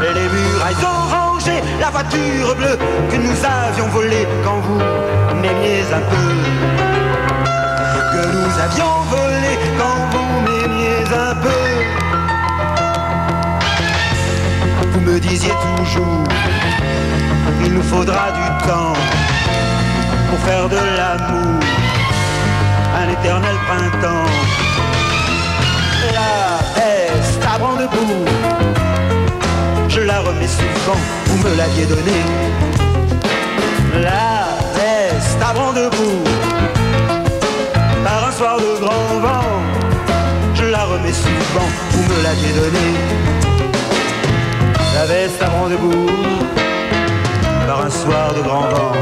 Et les murailles orangées, la voiture bleue que nous avions volée quand vous m'aimiez un peu. Que nous avions volée quand vous m'aimiez un peu. Vous me disiez toujours, il nous faudra du temps pour faire de l'amour un éternel printemps. La veste à Brandebourg, je la remets souvent, vous me l'aviez donnée. La veste à Brandebourg, par un soir de grand vent, je la remets souvent, vous me l'aviez donnée. La veste à Brandebourg, par un soir de grand vent.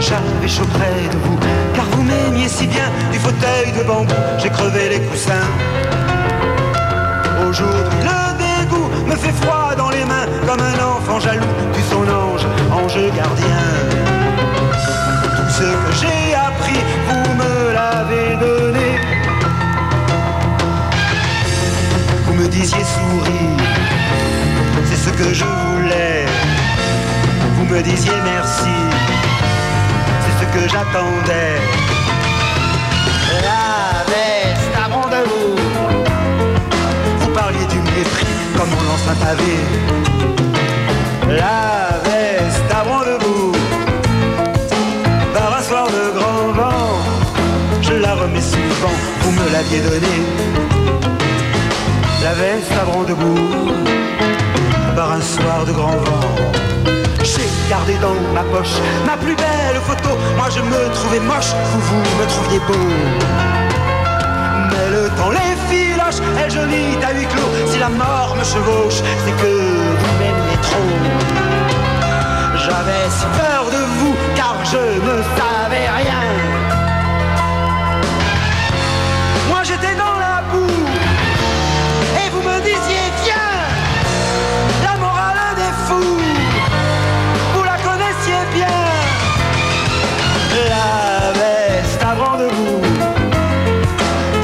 J'arrive auprès de vous, car vous m'aimiez si bien du fauteuil de bambou. J'ai crevé les coussins. Aujourd'hui, le dégoût me fait froid dans les mains, comme un enfant jaloux du son ange, ange gardien. Tout ce que j'ai appris, vous me l'avez donné. Vous me disiez sourire, c'est ce que je voulais. Vous me disiez merci, c'est ce que j'attendais. La veste à Brandebourg, vous parliez du mépris comme on lance un pavé. La veste à Brandebourg, par un soir de grand vent, je la remets souvent, vous me l'aviez donnée. La veste à Brandebourg, par un soir de grand vent. J'ai gardé dans ma poche ma plus belle photo. Moi je me trouvais moche, vous vous me trouviez beau. Mais le temps les filoche, elle jolie à huis clos. Si la mort me chevauche, c'est que vous m'aimiez trop. J'avais si peur de vous car je ne savais rien. Moi j'étais dans la boue et vous me disiez tiens, la morale un des fous vous la connaissiez bien. La veste à Brandebourg,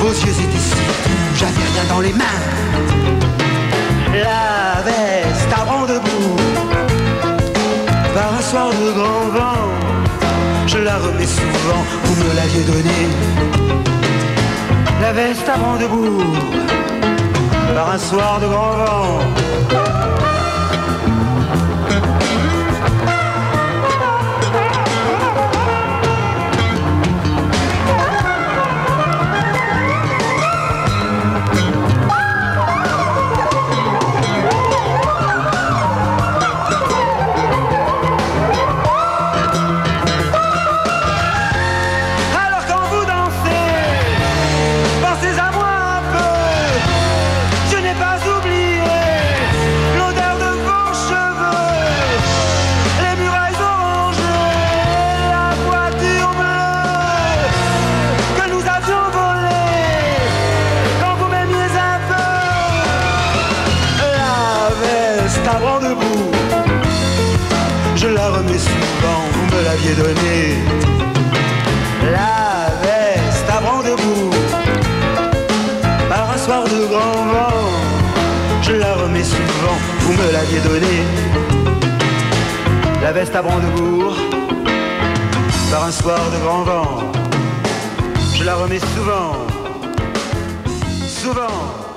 vos yeux étaient si doux, j'avais rien dans les mains. La veste à Brandebourg, par un soir de grand vent, je la remets souvent, vous me l'aviez donnée. La veste à Brandebourg, par un soir de grand vent. aviez donné la veste à Brandebourg par un soir de grand vent. Je la remets souvent, souvent.